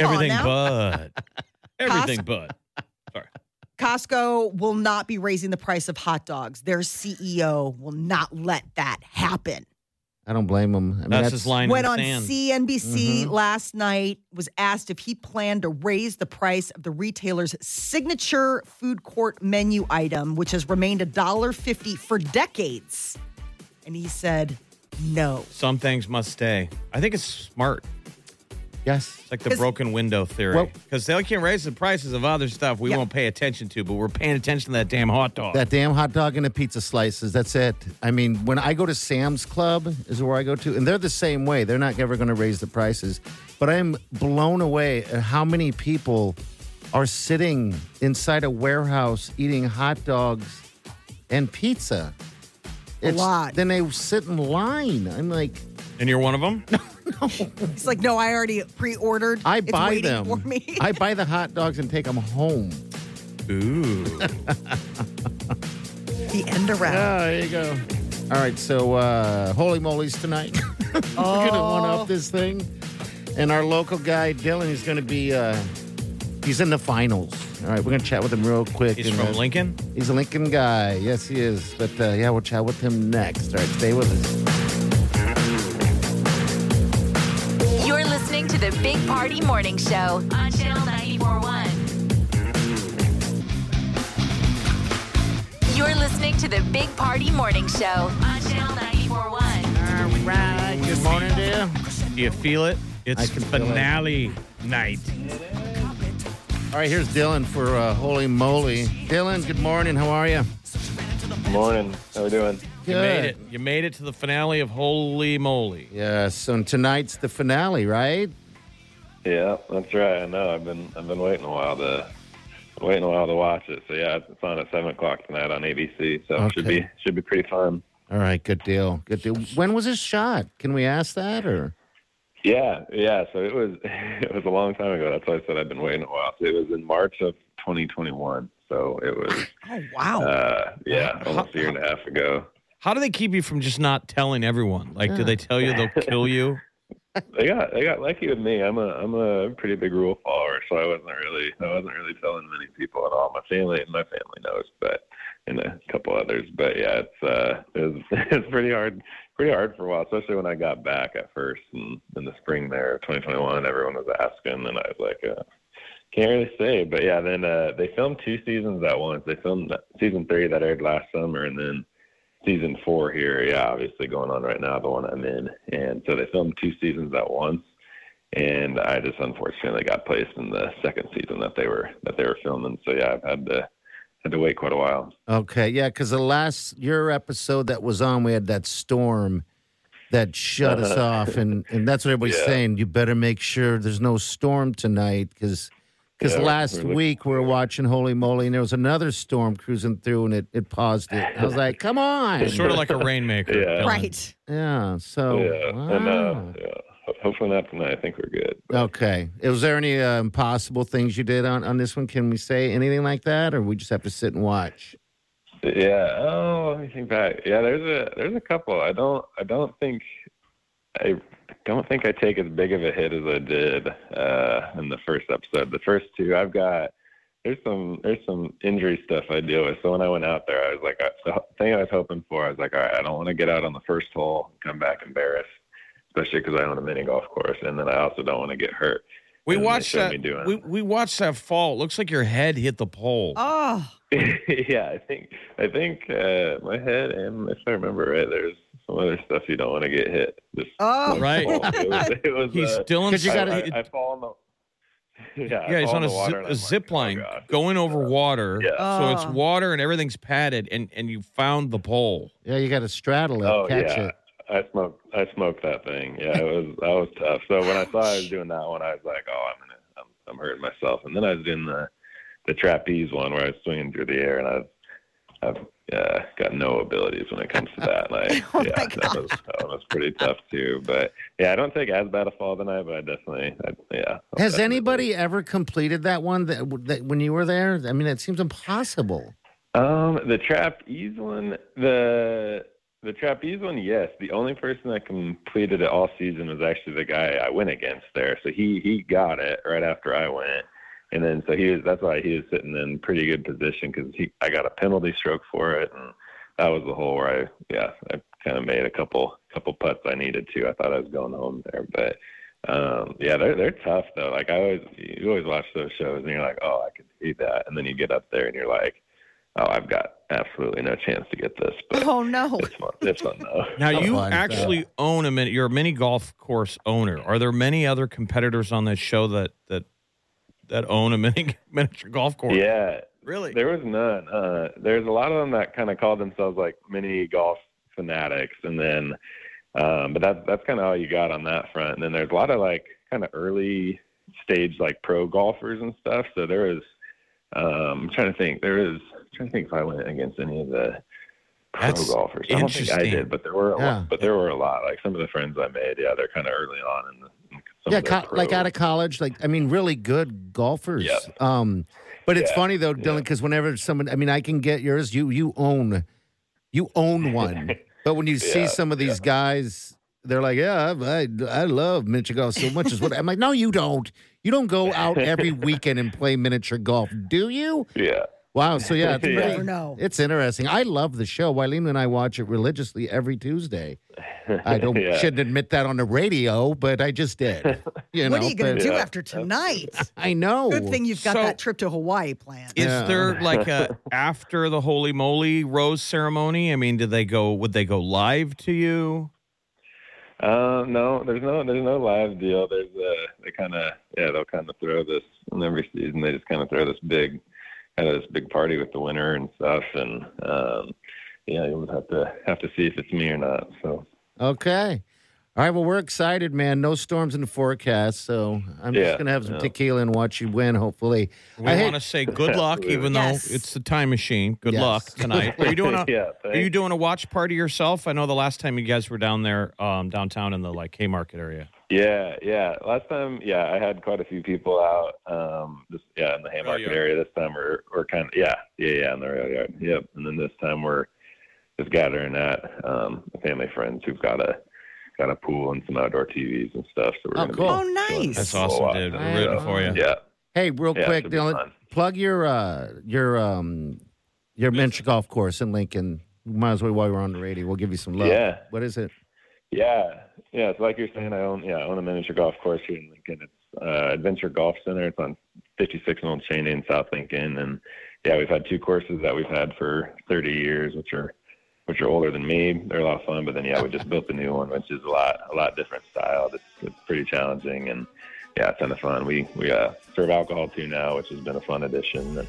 Everything now. but <laughs> everything but. Costco will not be raising the price of hot dogs. Their CEO will not let that happen. I don't blame them. I Mm-hmm. mean, That's his line. in Went the on sand. CNBC last night, was asked if he planned to raise the price of the retailer's signature food court menu item, which has remained $1.50 for decades. And he said, no. Some things must stay. I think it's smart. Yes. It's like the 'Cause- broken window theory. Well- Because they can raise the prices of other stuff we won't pay attention to, but we're paying attention to that damn hot dog. That damn hot dog and the pizza slices. That's it. I mean, when I go to Sam's Club, is where I go to, and they're the same way. They're not ever going to raise the prices. But I'm blown away at how many people are sitting inside a warehouse eating hot dogs and pizza. A lot. Then they sit in line. I'm like, and you're one of <laughs> them? He's like, no, I already pre ordered. I buy it's waiting them. For me. <laughs> I buy the hot dogs and take them home. Ooh. <laughs> the end around. Oh, there you go. All right, so uh, holy molies tonight. <laughs> We're gonna one up this thing, and our local guy Dylan is gonna be. Uh, he's in the finals. All right, we're gonna chat with him real quick. He's and, from uh, Lincoln. He's a Lincoln guy. Yes, he is. But uh, yeah, we'll chat with him next. All right, stay with us. You're listening to the Big Party Morning Show on Channel 941. You're listening to the Big Party Morning Show on Channel 941. All right. Good morning, dear. Do you feel it? It's can feel it. finale night. All right, here's Dylan for uh, holy moly. Dylan, good morning. How are you? Morning. How we doing? Good. You made it. You made it to the finale of Holy Moly. Yes, and tonight's the finale, right? Yeah, that's right. I know. I've been I've been waiting a while to waiting a while to watch it. So yeah, it's on at seven o'clock tonight on ABC. So it should Okay. be should be pretty fun. All right, good deal. Good deal. When was this shot? Can we ask that or? Yeah, yeah. So it was <laughs> it was a long time ago. That's why I said I've been waiting a while. So it was in March of 2021. So it was Oh, wow. uh, yeah, almost a year and a half ago. How do they keep you from just not telling everyone? Like, do they tell you they'll kill <laughs> you? They got they got lucky with me. I'm a I'm a pretty big rule follower, so I wasn't really I wasn't really telling many people at all. My family my family knows, but and a couple others. But yeah, it's uh <laughs> it was it's pretty hard pretty hard for a while, especially when I got back at first and in the spring there of 2021, everyone was asking, and I was like, uh, can't really say. But yeah, then uh they filmed two seasons at once. They filmed season three that aired last summer, and then season four here. Yeah, obviously going on right now, the one I'm in. And so they filmed two seasons at once, and I just unfortunately got placed in the second season that they were that they were filming. So yeah, I've had to had to wait quite a while. Okay, yeah, because the last your episode that was on, we had that storm that shut us off, and and that's what everybody's Uh-huh. Yeah. saying. You better make sure there's no storm tonight, because because Yeah, last we're looking week we were watching Holy Moly, and there was another storm cruising through, and it it paused it. I was like, come on, Sort of like a rainmaker. Yeah. Dylan. right. yeah. So yeah, and uh, wow. yeah, ho- hopefully not tonight. I think we're good. okay, was there any uh, impossible things you did on on this one? Can we say anything like that, or we just have to sit and watch? Yeah. Oh, let me think back. Yeah, there's a there's a couple. I don't I don't think I don't think I take as big of a hit as I did uh, in the first episode. The first two, I've got there's some there's some injury stuff I deal with. So when I went out there, I was like, I, the thing I was hoping for, I was like, all right, I don't want to get out on the first hole and come back embarrassed, especially because I own a mini golf course, and then I also don't want to get hurt. We And they watched showed that. me doing- We, we watched that fall. Looks like your head hit the pole. Oh, <laughs> yeah, I think I think uh, my head and if I remember right, there's some other stuff you don't want to get hit. Just oh. <laughs> Right. It was, it was, He's uh, still in. Because you I- gotta- I, I fall on the. <laughs> yeah, yeah, he's all on the a, zi- water, and a I'm like, oh, zip line going over water. Yeah. So it's Oh. water and everything's padded, and, and you found the pole. Yeah, you got to straddle it, Oh catch yeah, it. I smoked. I smoked that thing. Yeah, it was that was tough. So when I saw I was doing that one, I was like, oh, I'm gonna, I'm, I'm hurting myself. And then I was doing the, the trapeze one where I was swinging through the air, and I've, I've uh, got no abilities when it comes to that. And <laughs> I, Oh, Oh yeah, that was that one was pretty tough too. But yeah, I don't take as bad a fall tonight, but I definitely, I, yeah. Has anybody ever completed that one that, that when you were there? I mean, it seems impossible. Um, the trapeze one, the the trapeze one, yes. The only person that completed it all season was actually the guy I went against there. So he he got it right after I went, and then so he was. That's why he was sitting in pretty good position because he I got a penalty stroke for it, and that was the hole where I yeah I kind of made a couple couple putts I needed to. I thought I was going home there, but. Um, yeah, they're they're tough though. Like I always, you always watch those shows and you're like, oh, I could see that, and then you get up there and you're like, oh, I've got absolutely no chance to get this, but Oh no. it's fun. It's fun though. Now you actually own a mini. You're a mini golf course owner. Are there many other competitors on this show that that that own a mini <laughs> miniature golf course? Yeah, really. There was none. Uh, there's a lot of them that kind of called themselves like mini golf fanatics, and then, um, but that that's kind of all you got on that front. And then there's a lot of like kind of early stage like pro golfers and stuff. So there was, um, I'm trying to think. There was I'm trying to think if I went against any of the pro That's golfers. I don't think I interesting. did, but there were a Yeah. lot, but there were a lot. Like some of the friends I made, yeah, they're kind of early on in the. in some yeah, of their co- like pro- out of college, like I mean, really good golfers. Yep. Um, but it's Yeah, funny though, Dylan, because whenever someone, I mean, I can get yours. You you own, you <laughs> own one. but when you see Yeah, some of these guys, they're like, yeah, I I love miniature golf so much. Is what I'm like. No, you don't. You don't go <laughs> out every weekend and play miniature golf, do you? Yeah. Wow. So yeah, <laughs> it's, You pretty- never know. <laughs> it's interesting. I love the show. Wileen and I watch it religiously every Tuesday. I <laughs> don't Yeah. shouldn't admit that on the radio, but I just <laughs> did. You what know, are you going but- to do after tonight? I know. Good thing you've got So- that trip to Hawaii planned. Is Yeah. <laughs> there like a after the holy moly rose ceremony? I mean, did they go? Would they go live to you? Um, no, there's no there's no live deal. There's uh they kind of yeah they'll kind of throw this in every season. They just kind of throw this big kind of this big party with the winner and stuff. And um, yeah, you'll have to have to see if it's me or not. So Okay. All right. Well, we're excited, man. No storms in the forecast, so I'm just Yeah, gonna have some yeah. tequila and watch you win. Hopefully, We I want to say good luck, even though Yes. it's the time machine. Good Yes. luck tonight. Are you doing a <laughs> yeah, Are you thanks. doing a watch party yourself? I know the last time you guys were down there, um, downtown in the like Haymarket area. yeah yeah. Last time yeah I had quite a few people out. Um, just yeah in the Haymarket yeah. area. This time we're we're kind of yeah yeah yeah in the rail yard. Yep. And then this time we're just gathering at um, family friends who've got a got a pool and some outdoor TVs and stuff. So we're Oh, gonna be cool. Oh, nice. That's awesome, dude. We're Right rooting on. for you. Yeah. hey, real Yeah, it quick, should be Dylan, fun. plug your uh, your um, your miniature golf course in Lincoln. Might as well while we're on the radio. We'll give you some love. Yeah. What is it? Yeah. Yeah. So like you're saying, I own yeah, I own a miniature golf course here in Lincoln. It's uh, Adventure Golf Center. It's on 56 and Old Cheney in South Lincoln, and yeah, we've had two courses that we've had for 30 years, which are which are older than me. They're a lot of fun, but then yeah, we just built the new one, which is a lot a lot different style. It's, it's pretty challenging and yeah, a ton of fun. We we uh, serve alcohol too now, which has been a fun addition. And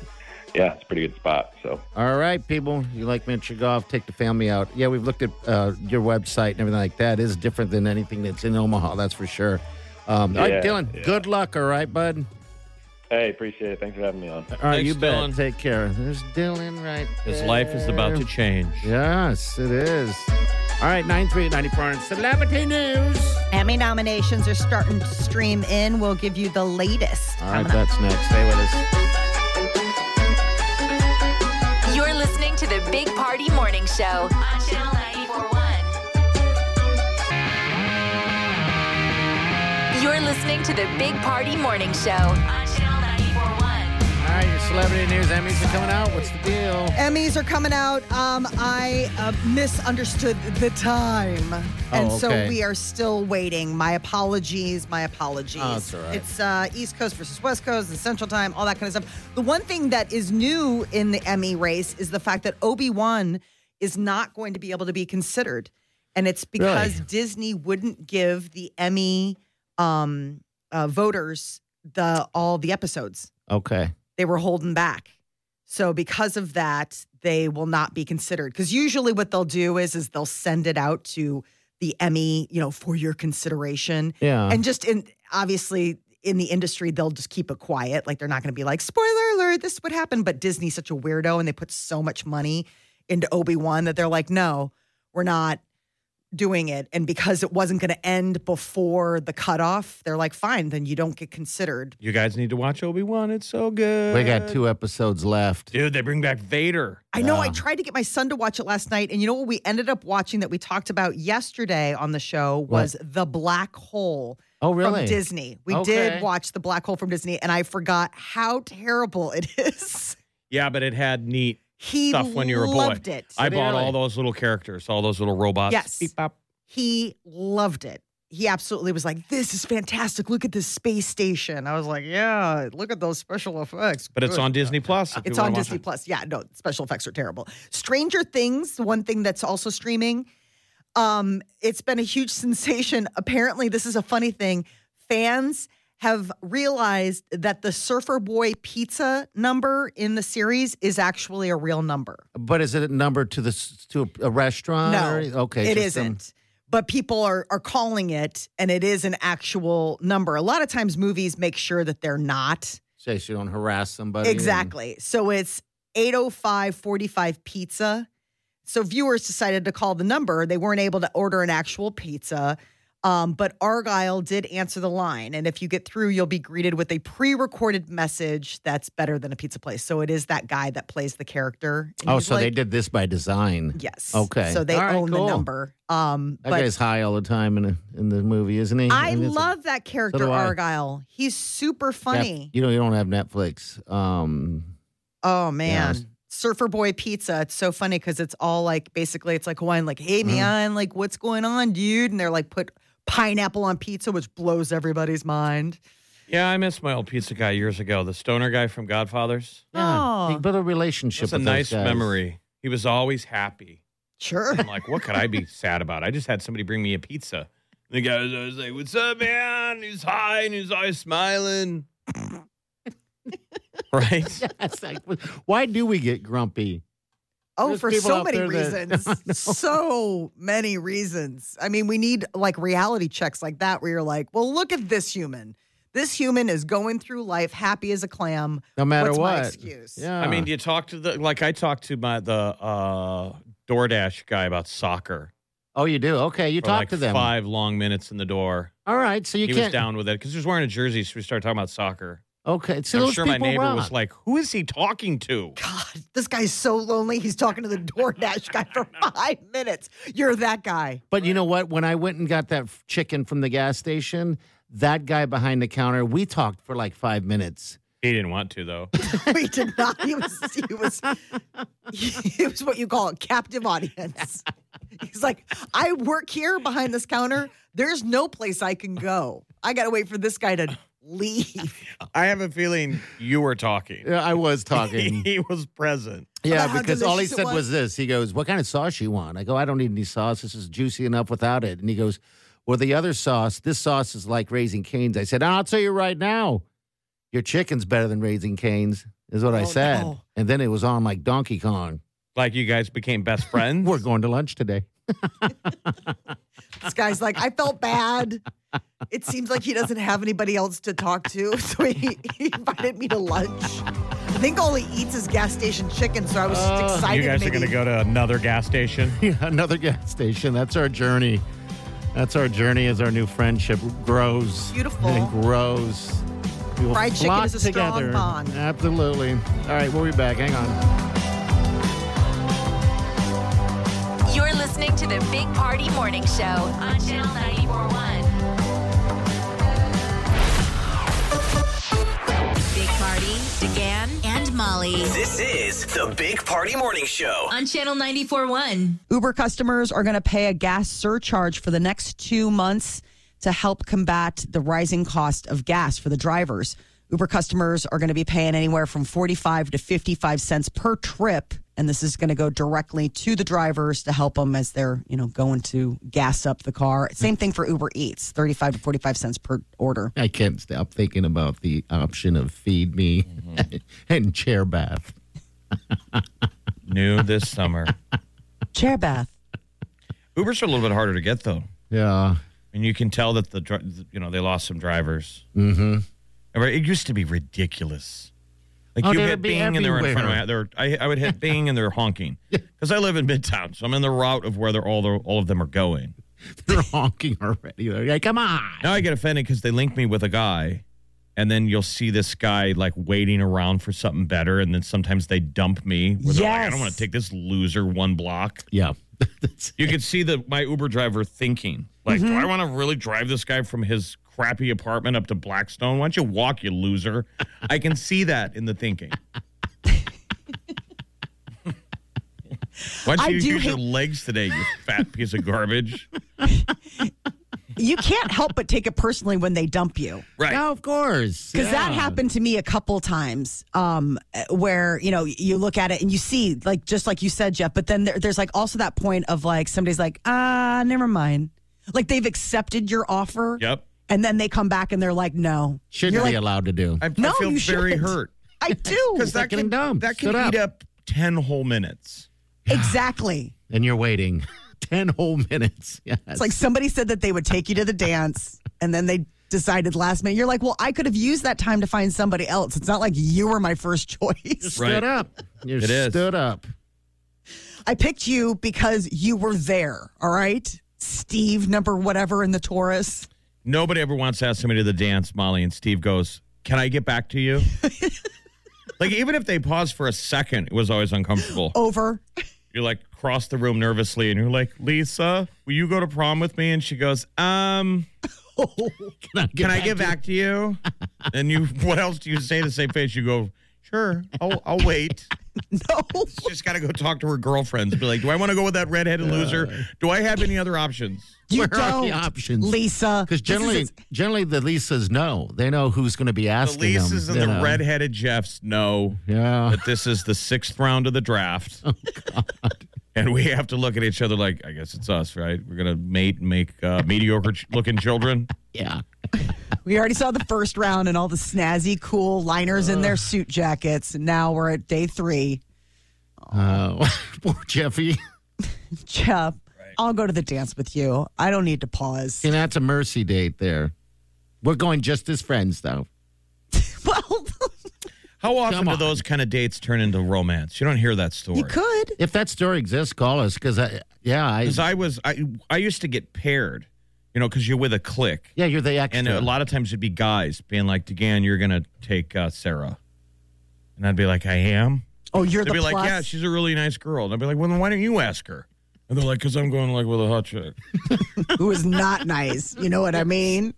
yeah, it's a pretty good spot. So All right, people. You like miniature golf? Take the family out. Yeah, we've looked at uh, your website and everything like that. It Is different than anything that's in Omaha. That's for sure. Um, all right, Yeah, Dylan. yeah. Good luck. All right, bud. hey, appreciate it. Thanks for having me on. All right, Thanks, you bet. Dylan. Take care. There's Dylan right His life is about to change. Yes, it is. All right, 93894 and Celebrity News. Emmy nominations are starting to stream in. We'll give you the latest. All right, coming up. that's next. Stay with us. You're listening to the Big Party Morning Show on Channel 941. You're listening to the Big Party Morning Show on Channel 941. All right, your Celebrity News Emmys are coming out. What's the deal? Emmys are coming out. Um, I uh, misunderstood the time, and Oh, okay. so we are still waiting. My apologies. My apologies. Oh, that's all right. It's uh, East Coast versus West Coast and Central Time, all that kind of stuff. The one thing that is new in the Emmy race is the fact that Obi Wan is not going to be able to be considered, and it's because Really? Disney wouldn't give the Emmy um, uh, voters the all the episodes. Okay. They were holding back. So because of that, they will not be considered. Because usually what they'll do is is they'll send it out to the Emmy, you know, for your consideration. Yeah. And just in obviously in the industry, they'll just keep it quiet. Like they're not going to be like, spoiler alert, this would happen. But Disney's such a weirdo and they put so much money into Obi Wan that they're like, no, we're not doing it. And because it wasn't going to end before the cutoff, they're like, fine, then you don't get considered. You guys need to watch Obi Wan. It's so good. We got two episodes left. Dude, they bring back Vader. I know I tried to get my son to watch it last night, and you know what we ended up watching that we talked about yesterday on the show was The Black Hole. Oh, really? From Disney. We Okay. did watch The Black Hole from Disney, and I forgot how terrible it <laughs> is. Yeah, but it had neat He stuff when you were a boy. loved it. I bought Really? all those little characters, all those little robots. Yes. He loved it. He absolutely was like, This is fantastic. Look at this space station. I was like, Yeah, look at those special effects. But it's Good." on Disney Plus. if you It's wanna on watch Disney it. Plus. Yeah, no, special effects are terrible. Stranger Things, the one thing that's also streaming. Um, it's been a huge <laughs> sensation. Apparently, this is a funny thing. Fans have realized that the Surfer Boy pizza number in the series is actually a real number. But is it a number to the s- to a restaurant? No, or- okay, it just um, some- isn't. But people are are calling it, and it is an actual number. A lot of times, movies make sure that they're not. Say she don't harass somebody. and- Exactly. So it's 805 45 pizza. So viewers decided to call the number. They weren't able to order an actual pizza. Um, but Argyle did answer the line. And if you get through, you'll be greeted with a pre recorded message that's better than a pizza place. So it is that guy that plays the character. And oh, he's so they like, did this by design. Yes. Okay. So they All right, own cool. the number. Um, That but guy's high all the time in a, in the movie, isn't he? I mean, it's a- love that character, do I. Argyle. He's super Nef- funny. you know, you don't have Netflix. Um, Oh man. it's- Surfer Boy Pizza. It's so funny because it's all like basically it's like Hawaiian, like, Mm-hmm. hey man, like what's going on, dude? And they're like put pineapple on pizza, which blows everybody's mind. Yeah, I missed my old pizza guy years ago, the stoner guy from Godfathers. yeah, Oh. he built a relationship. It's a with those nice guys. <laughs> memory. He was always happy. Sure. I'm like, what could I be <laughs> sad about? I just had somebody bring me a pizza. And the guy was always like, "What's up, man?" He's high and he's always smiling. <laughs> right? It's like, why do we get grumpy? <laughs> Oh, There's for people so out many there that- <laughs> reasons. I know. so many reasons. I mean, we need like reality checks like that where you're like, well, look at this human. This human is going through life happy as a clam. No matter What's what. my excuse? Yeah. I mean, do you talk to the like I talked to my the uh DoorDash guy about soccer. oh, you do. Okay, you for talk like to them. Five long minutes in the door. All right, so you he was can't. down with it because he was wearing a jersey, so we started talking about soccer. Okay, so I'm those sure my people neighbor rock. was like, "Who is he talking to?" God, this guy's so lonely. He's talking to the <laughs> DoorDash <laughs> guy for five minutes. You're that guy. But you know what? When I went and got that f- chicken from the gas station, that guy behind the counter, we talked for like five minutes. He didn't want to though. <laughs> We did not. He was. He was. <laughs> He was what you call a captive audience. He's like, I work here behind this counter. There's no place I can go. I gotta wait for this guy to leave. I have a feeling you were talking. Yeah, I was talking. <laughs> he was present. <laughs> yeah, about how because all he delicious it said was? was? this. He goes, "What kind of sauce you want?" I go, "I don't need any sauce. This is juicy enough without it." And he goes, "Well, the other sauce, this sauce is like Raising Canes." I said, "I'll tell you right now, your chicken's better than Raising Canes." Is what I Oh, said. no. And then it was on like Donkey Kong. Like you guys became best friends. <laughs> We're going to lunch today. This guy's like, I felt bad. It seems like he doesn't have anybody else to talk to, <laughs> so he, he invited me to lunch. I think all he eats is gas station chicken, so I was just excited. Oh, you guys are maybe- going to go to another gas station. Yeah, <laughs> another gas station. That's our journey. That's our journey as our new friendship grows. Beautiful. And grows. We will Fried chicken flock is a strong together. bond. Absolutely. All right, we'll be back. Hang on. You're listening to the Big Party Morning Show on Channel 941. Big Party, DeGan, and Molly This is the Big Party Morning Show. on Channel 941. Uber customers are going to pay a gas surcharge for the next two months to help combat the rising cost of gas for the drivers. Uber customers are going to be paying anywhere from 45 to 55 cents per trip and this is going to go directly to the drivers to help them as they're you know going to gas up the car same thing for uber eats 35 to 45 cents per order I can't stop thinking about the option of feed me Mm-hmm. <laughs> and chair bath. New this summer. chair bath Ubers are a little bit harder to get though, Yeah. and you can tell that the dri- you know they lost some drivers. Mm-hmm. Remember, It used to be ridiculous. Like Oh, you they hit would be Bing and they were in front of everywhere. my. They're, I, I would hit Bing and they're <laughs> honking because I live in Midtown, so I'm in the route of where they're all the, all of them are going. <laughs> They're honking already. They're like, come on. Now I get offended because they link me with a guy, and then you'll see this guy like waiting around for something better, and then sometimes they dump me. Where they're like, I don't Yes. want to take this loser one block. Yeah. <laughs> You could see the my Uber driver thinking like, do I want to really drive this guy from his crappy apartment up to Blackstone? Why don't you walk, you loser? I can see that in the thinking. Why I don't you do use your hate- legs today, you fat piece of garbage? you can't help but take it personally when they dump you Right. No, of course. because that Yeah. happened to me a couple times um, where you know you look at it and you see like just like you said jeff but then there, there's like also that point of like somebody's like ah never mind like they've accepted your offer Yep. and then they come back and they're like no Shouldn't You're be like, allowed to do. I, No, I feel you very shouldn't. hurt. i do Because that Fucking can, dumb. that can Sit eat up. 10 whole minutes. exactly And you're waiting <laughs> 10 whole minutes. Yes. It's like somebody said that they would take you to the dance and then they decided last minute. You're like, well, I could have used that time to find somebody else. It's not like you were my first <laughs> choice. stood Right. up. You It is. stood up. I picked you because you were there. All right. Steve, number whatever in the Taurus. Nobody ever wants to ask somebody to the dance, Molly, and Steve goes, Can I get back <laughs> to you? like, even if they paused for a second, it was always uncomfortable. Oh. Over. <laughs> You're like, cross the room nervously, and you're like, Lisa, will you go to prom with me? And she goes, Um, Can I get, can I back get to- back <laughs> to you? and you, what else do you say to save face? You go, Sure, I'll, <laughs> I'll wait. No. She's got to go talk to her girlfriends. Be like, Do I want to go with that redheaded loser? Do I have any other options? You Where are don't. the options? Lisa. Because This is generally, ex- generally the Lisas know. They know who's going to be The asking Lisa's them. and you the know. redheaded Jeffs know Yeah. that this is the sixth round of the draft. And we have to look at each other like, I guess it's us, right? We're going to mate and make uh, mediocre ch- looking children. Yeah. we already saw the first round and all the snazzy, cool liners in their suit jackets. And now we're at day three. Uh, <laughs> poor Jeffy. Jeff, I'll go to the dance with you. I don't need to pause. And that's a mercy date there. We're going just as friends, though. <laughs> Well, How often Come do on. those kind of dates turn into romance? You don't hear that story. you could. If that story exists, call us because I, yeah, I, 'Cause I was, I, I used to get paired, you know, because you're with a clique. yeah, you're the extra. And a lot of times it'd be guys being like, DeGan, you're going to take uh, Sarah. And I'd be like, I am. Oh, you're They'd the be plus. like, yeah, she's a really nice girl. And I'd be like, well, then why don't you ask her? And they're like, because I'm going like with a hot chick. who is not nice. You know what I mean?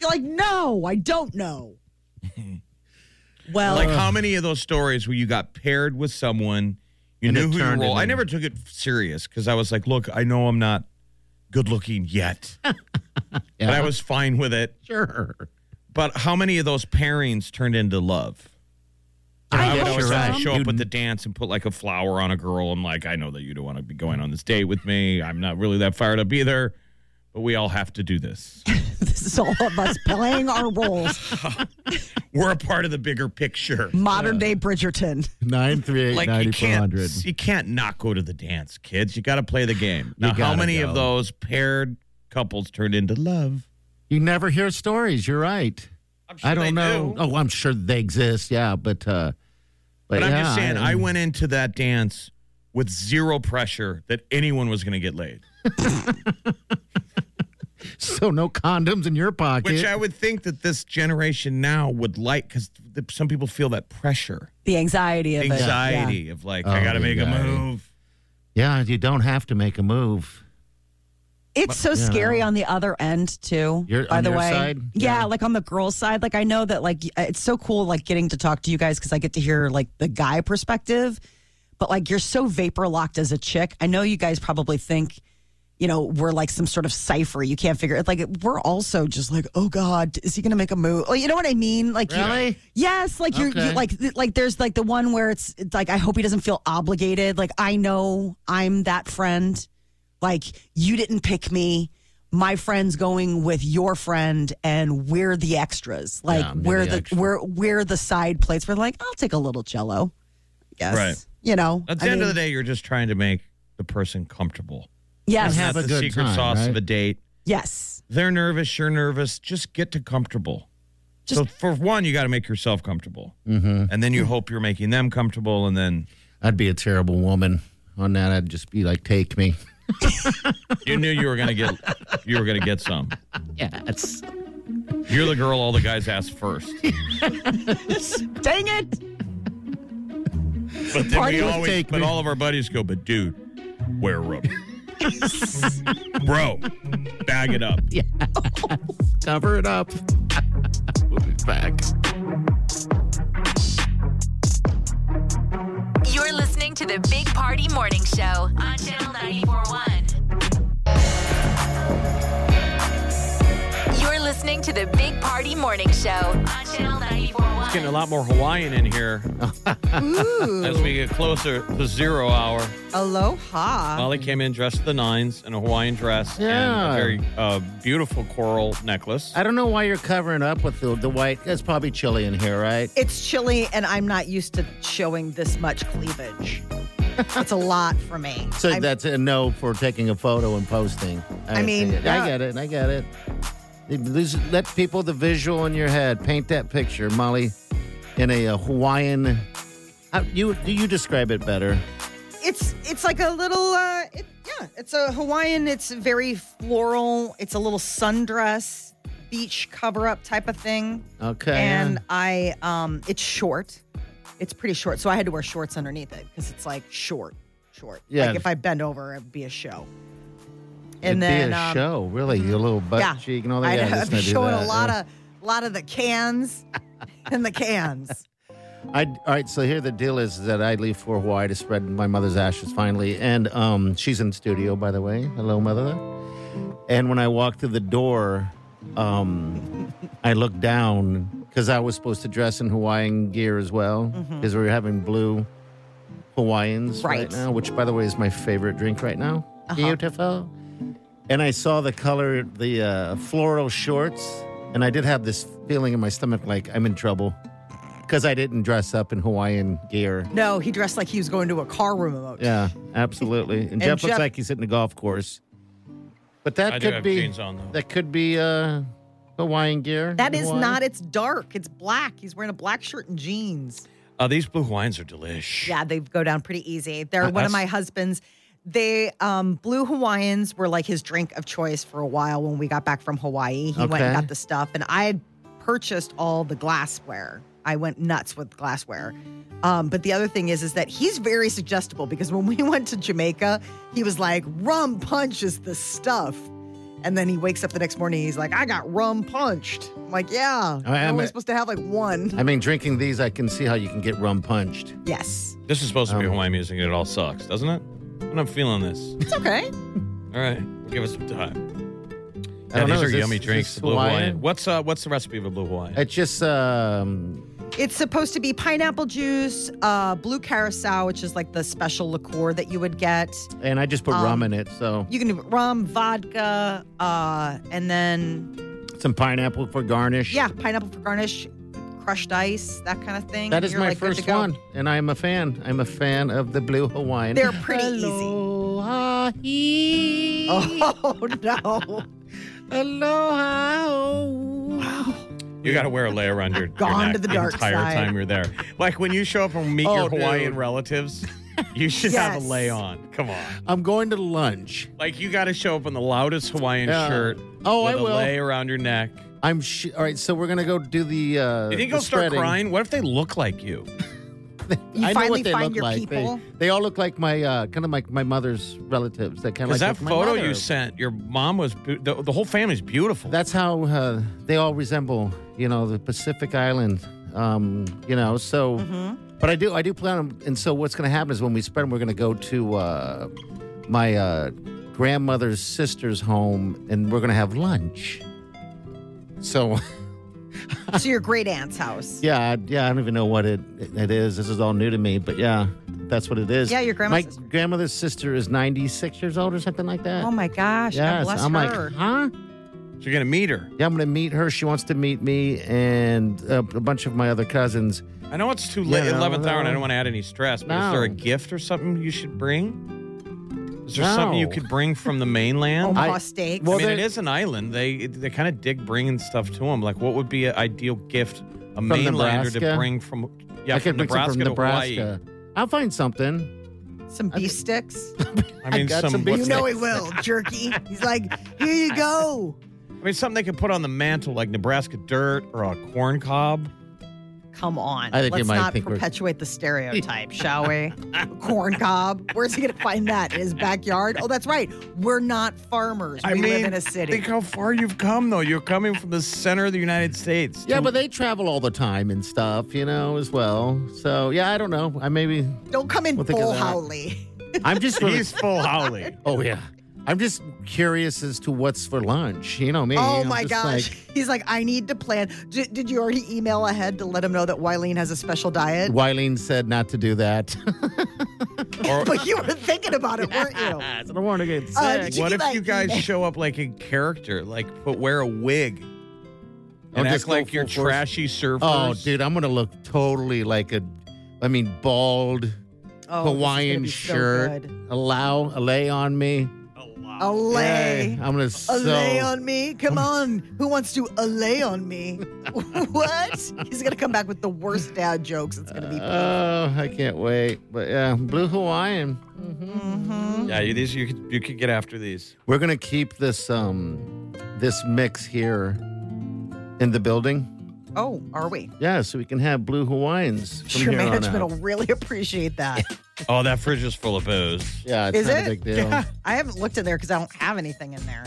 You're like, no, I don't know. <laughs> Well, Like, how many of those stories where you got paired with someone, you And it knew who turned you were? I into- never took it serious because I was like, look, I know I'm not good looking yet, but I was fine with it. sure. But how many of those pairings turned into love? I would guess always you're have to right. show up You'd- at the dance and put like a flower on a girl. and like, I know that you don't want to be going on this date with me. I'm not really that fired up either, but we all have to <laughs> do this. this is all of us playing our roles. We're a part of the bigger picture. Modern day Bridgerton. <laughs> Nine three eight like ninety you four can't hundred. you can't not go to the dance, kids. You got to play the game. Now, how gotta many go. of those paired couples turned into love? You never hear stories. You're right. I'm sure I don't they know. do. Oh, I'm sure they exist. Yeah, but uh, but I'm just yeah, saying, I, went into that dance with zero pressure that anyone was going to get laid, <laughs> So no condoms in your pocket. which I would think that this generation now would like because th- some people feel that pressure, The anxiety of anxiety of like, I Oh, got to make a anxiety. move. yeah, you don't have to make a move. It's so scary on the other end too. Your- by on the your way, side? Yeah, Yeah. like on the girl side. Like I know that like it's so cool like getting to talk to you guys because I get to hear like the guy perspective. But like you're so vapor locked as a chick. I know you guys probably think you know, we're like some sort of cipher. You can't figure it. Like we're also just like, oh God, is he going to make a move? Oh, you know what I mean? Like, you- Really? yes. Like you're, Okay. you like, th- like there's like the one where it's, it's like, I hope he doesn't feel obligated. Like I know I'm that friend. Like you didn't pick me. My friend's going with your friend, and we're the extras. Like I'm the we're the extra. we're we're the side plates. We're like, I'll take a little Jello. Yes. Right. You know. At the I end of mean, the day, you're just trying to make the person comfortable. Yes. That's a the good secret time, sauce right? of a date. Yes. They're nervous, you're nervous. Just get to comfortable. so for one, you got to make yourself comfortable, Mm-hmm. and then you hope you're making them comfortable, and then I'd be a terrible woman. On that, I'd just be like, take me. you knew you were gonna get you were gonna get some. Yes. You're the girl all the guys ask <laughs> first, Dang it. but then Party we was always, take but me. all of our buddies go, but dude, wear <laughs> a rubber, bro, bag it up. Cover it up. <laughs> we'll be back. You're listening to the Big Party Morning Show on Channel 941. You're listening to the Big Party Morning Show on Channel 941. Getting a lot more Hawaiian in here as we get closer to zero hour. Aloha. Molly came in dressed to the nines in a Hawaiian dress Um, Yeah. and a very uh, beautiful coral necklace. I don't know why you're covering up with the, the white. It's probably chilly in here, right? It's chilly, and I'm not used to showing this much <laughs> cleavage. That's a lot for me. So I'm- that's a no for taking a photo and posting. I mean, see it. yeah. I get it. I get it. Lose- Let people the visual in your head. Paint that picture, Molly, in a, uh Hawaiian. How, you do you describe it better? it's it's like a little uh it, yeah it's a hawaiian it's very floral it's a little sundress beach cover up type of thing Okay. and i um it's short it's pretty short so i had to wear shorts underneath it because it's like short short Yeah. like if i bend over it'd be a show It'd and be then a um, show, really. Your little butt yeah cheek and all that. i'd, yeah, I'd just be gonna do showing that, a lot yeah. of lot of the cans <laughs> and the cans I, all right, so here the deal is that I leave for Hawaii to spread my mother's ashes finally, and um, she's in studio by the way. Hello, mother. And when I walked through the door, um, I looked down because I was supposed to dress in Hawaiian gear as well because we were having blue Hawaiians Mm-hmm. right. Uh-huh. Right. now, which by the way is my favorite drink right now. Beautiful. And I saw the color, the uh, floral shorts, and I did have this feeling in my stomach like I'm in trouble because I didn't dress up in Hawaiian gear. no he dressed like he was going to a car remote Yeah, absolutely. And, Jeff, Jeff- looks like he's hitting a golf course. But that I do could have be jeans on, though. that could be uh, Hawaiian gear. That is Hawaiian. not. It's dark. It's black. He's wearing a black shirt and jeans. Uh, these blue Hawaiians are delish. Yeah, they go down pretty easy. Uh, They're one that's- of my husband's. They um, blue Hawaiians were like his drink of choice for a while when we got back from Hawaii. He went Okay. and got the stuff, and I had purchased all the glassware. I went nuts with glassware. Um, but the other thing is, is that he's very suggestible because when we <laughs> went to Jamaica, he was like, "Rum punch is the stuff," and then he wakes up the next morning, he's like, "I got rum punched." I'm like, "Yeah, I you're am- only supposed to have like one." <laughs> I mean, drinking these, I can see how you can get rum punched. Yes. This is supposed to be Um, Hawaiian music, and it all sucks, doesn't it? I'm not feeling this. It's okay. All right, we'll give it some I time. Yeah, don't these know, are is this- yummy is drinks. this The blue Hawaiian. Hawaiian? What's uh, what's the recipe of a blue Hawaiian? It's just um, It's supposed to be pineapple juice, uh, blue carousel, which is like the special liqueur that you would get. and I just put Um, rum in it, so You can do rum, vodka, uh, and then, some pineapple for garnish. yeah, pineapple for garnish, crushed ice, that kind of thing. That is You're, my like, good to first go. one, and I'm a fan. I'm a fan of the blue Hawaiian. They're pretty Aloha easy. <laughs> Oh, no. Aloha. oh. Wow. You got to wear a layer around your, your Gone neck to the dark entire side. time you're there. Like when you show up and meet Oh, your Hawaiian dude. relatives, <laughs> you should have a Yes. lay on. Come on, I'm going to lunch. like you got to show up in the loudest Hawaiian Yeah. shirt. Oh, with I a will. lay around your neck. I'm sh- all right. So we're gonna go do the. Uh, You think the you'll start spreading. crying? What if they look like you? You I know finally what they find look your like. They- people. They, all look like my uh, kind of like my mother's relatives. That kind of Because like that look my photo you mother. sent, your mom was bu- the, the whole family's beautiful. That's how uh, they all resemble. You know, the Pacific Island. Um, you know, so. Mm-hmm. But I do, I do plan on. And so what's gonna happen is when we spread them, we're gonna go to uh, my uh, grandmother's sister's home and we're going to have lunch. So, <laughs> to your great aunt's house. yeah, I- yeah, I don't even know what it it is. This is all new to me, but yeah, that's what it is. Yeah, your grandma's My sister. grandmother's sister is 96 years old or something like that. Oh my gosh. God Yes, bless I'm like, her. huh? So you're gonna meet her. Yeah, I'm going to meet her. She wants to meet me and uh, a bunch of my other cousins. I know it's too Yeah, late, no, eleventh hour, and I no. don't want to add any stress. But No. is there a gift or something you should bring? Is there No. something you could bring from the <laughs> mainland? Omaha steaks. I mean, it is an island. They they kind of dig bringing stuff to them. Like, what would be an ideal gift a mainlander to Nebraska? bring from? Yeah, I from could bring some Nebraska from to Hawaii. Nebraska. I'll find something. Some beef sticks. I mean, got some. some what's You beef know <laughs> that- he will, jerky. He's like, here you go. I mean, something they could put on the mantle, like Nebraska dirt or a corn cob. Come on. I think they Let's might not think we're- perpetuate the stereotype, <laughs> shall we? Corn cob. Where's he going to find that? In his backyard? Oh, that's right. We're not farmers. we live in a city. Think how far you've come, though. You're coming from the center of the United States. Yeah, to- but they travel all the time and stuff, you know, as well. So yeah, I don't know. I maybe Don't come in We'll think of bull that. howley. I'm <laughs> just really, he's full Holly. oh yeah, I'm just curious as to what's for lunch. You know me. Oh I'm my just gosh. He's like, I need to plan. D- did you already email ahead to let him know that Wileen has a special diet? Like, <laughs> Wileen said not to do that. Or- But you were thinking about it, <laughs> weren't you? Oh, I don't want to get Uh, sick. did What if like you guys email? show up like in character, like put wear a wig, just and act go like you're full force. trashy surfers? oh, dude, I'm gonna look totally like a, I mean, bald Oh, this is gonna Hawaiian be so shirt. good. Allow a lay on me. A lay. Yeah, I'm gonna A so. lay on me? Come on. Who wants to a lay <laughs> on me? what? He's going to come back with the worst dad jokes. It's going to be. Oh, I can't wait. But yeah, blue Hawaiian. Mm-hmm. Yeah, you, these you could you could get after these. We're gonna keep this um this mix here in the building. oh, are we? Yeah, so we can have blue Hawaiians. From Your here on management out. will really appreciate that. Oh, that fridge is full of booze. Yeah, it's Is not it? a big deal. <laughs> I haven't looked in there because I don't have anything in there.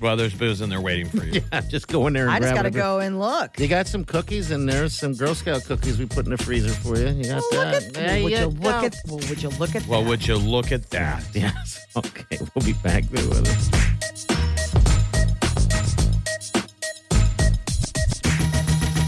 Well, there's booze in there waiting <laughs> for you. Yeah, just go in there and I just grab got to whatever- go and look. You got some cookies in there, some Girl Scout cookies we put in the freezer for you. You got Oh, Look that. at There would you you look go. at well, would you look at Well, that? would you look at that? <laughs> Yes. Okay, we'll be back there with us.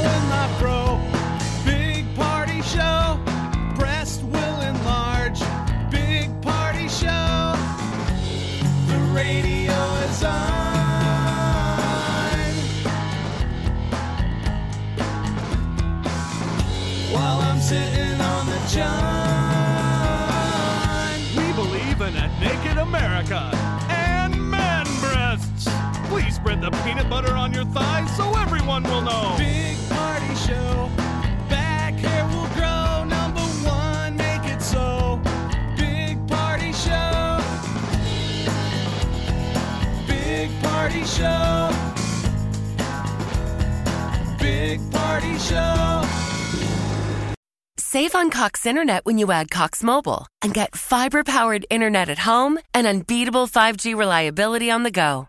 in my fro. Big party show. Breast will enlarge. Big party show. The radio is on. While I'm sitting on the john. We believe in a naked America and man breasts. Please spread the peanut butter on your thighs so everyone will know. Big party show. Back hair will grow. Number one, make it so. Big party show. Big party show. Big party show. Save on Cox Internet when you add Cox Mobile and get fiber powered internet at home and unbeatable 5G reliability on the go.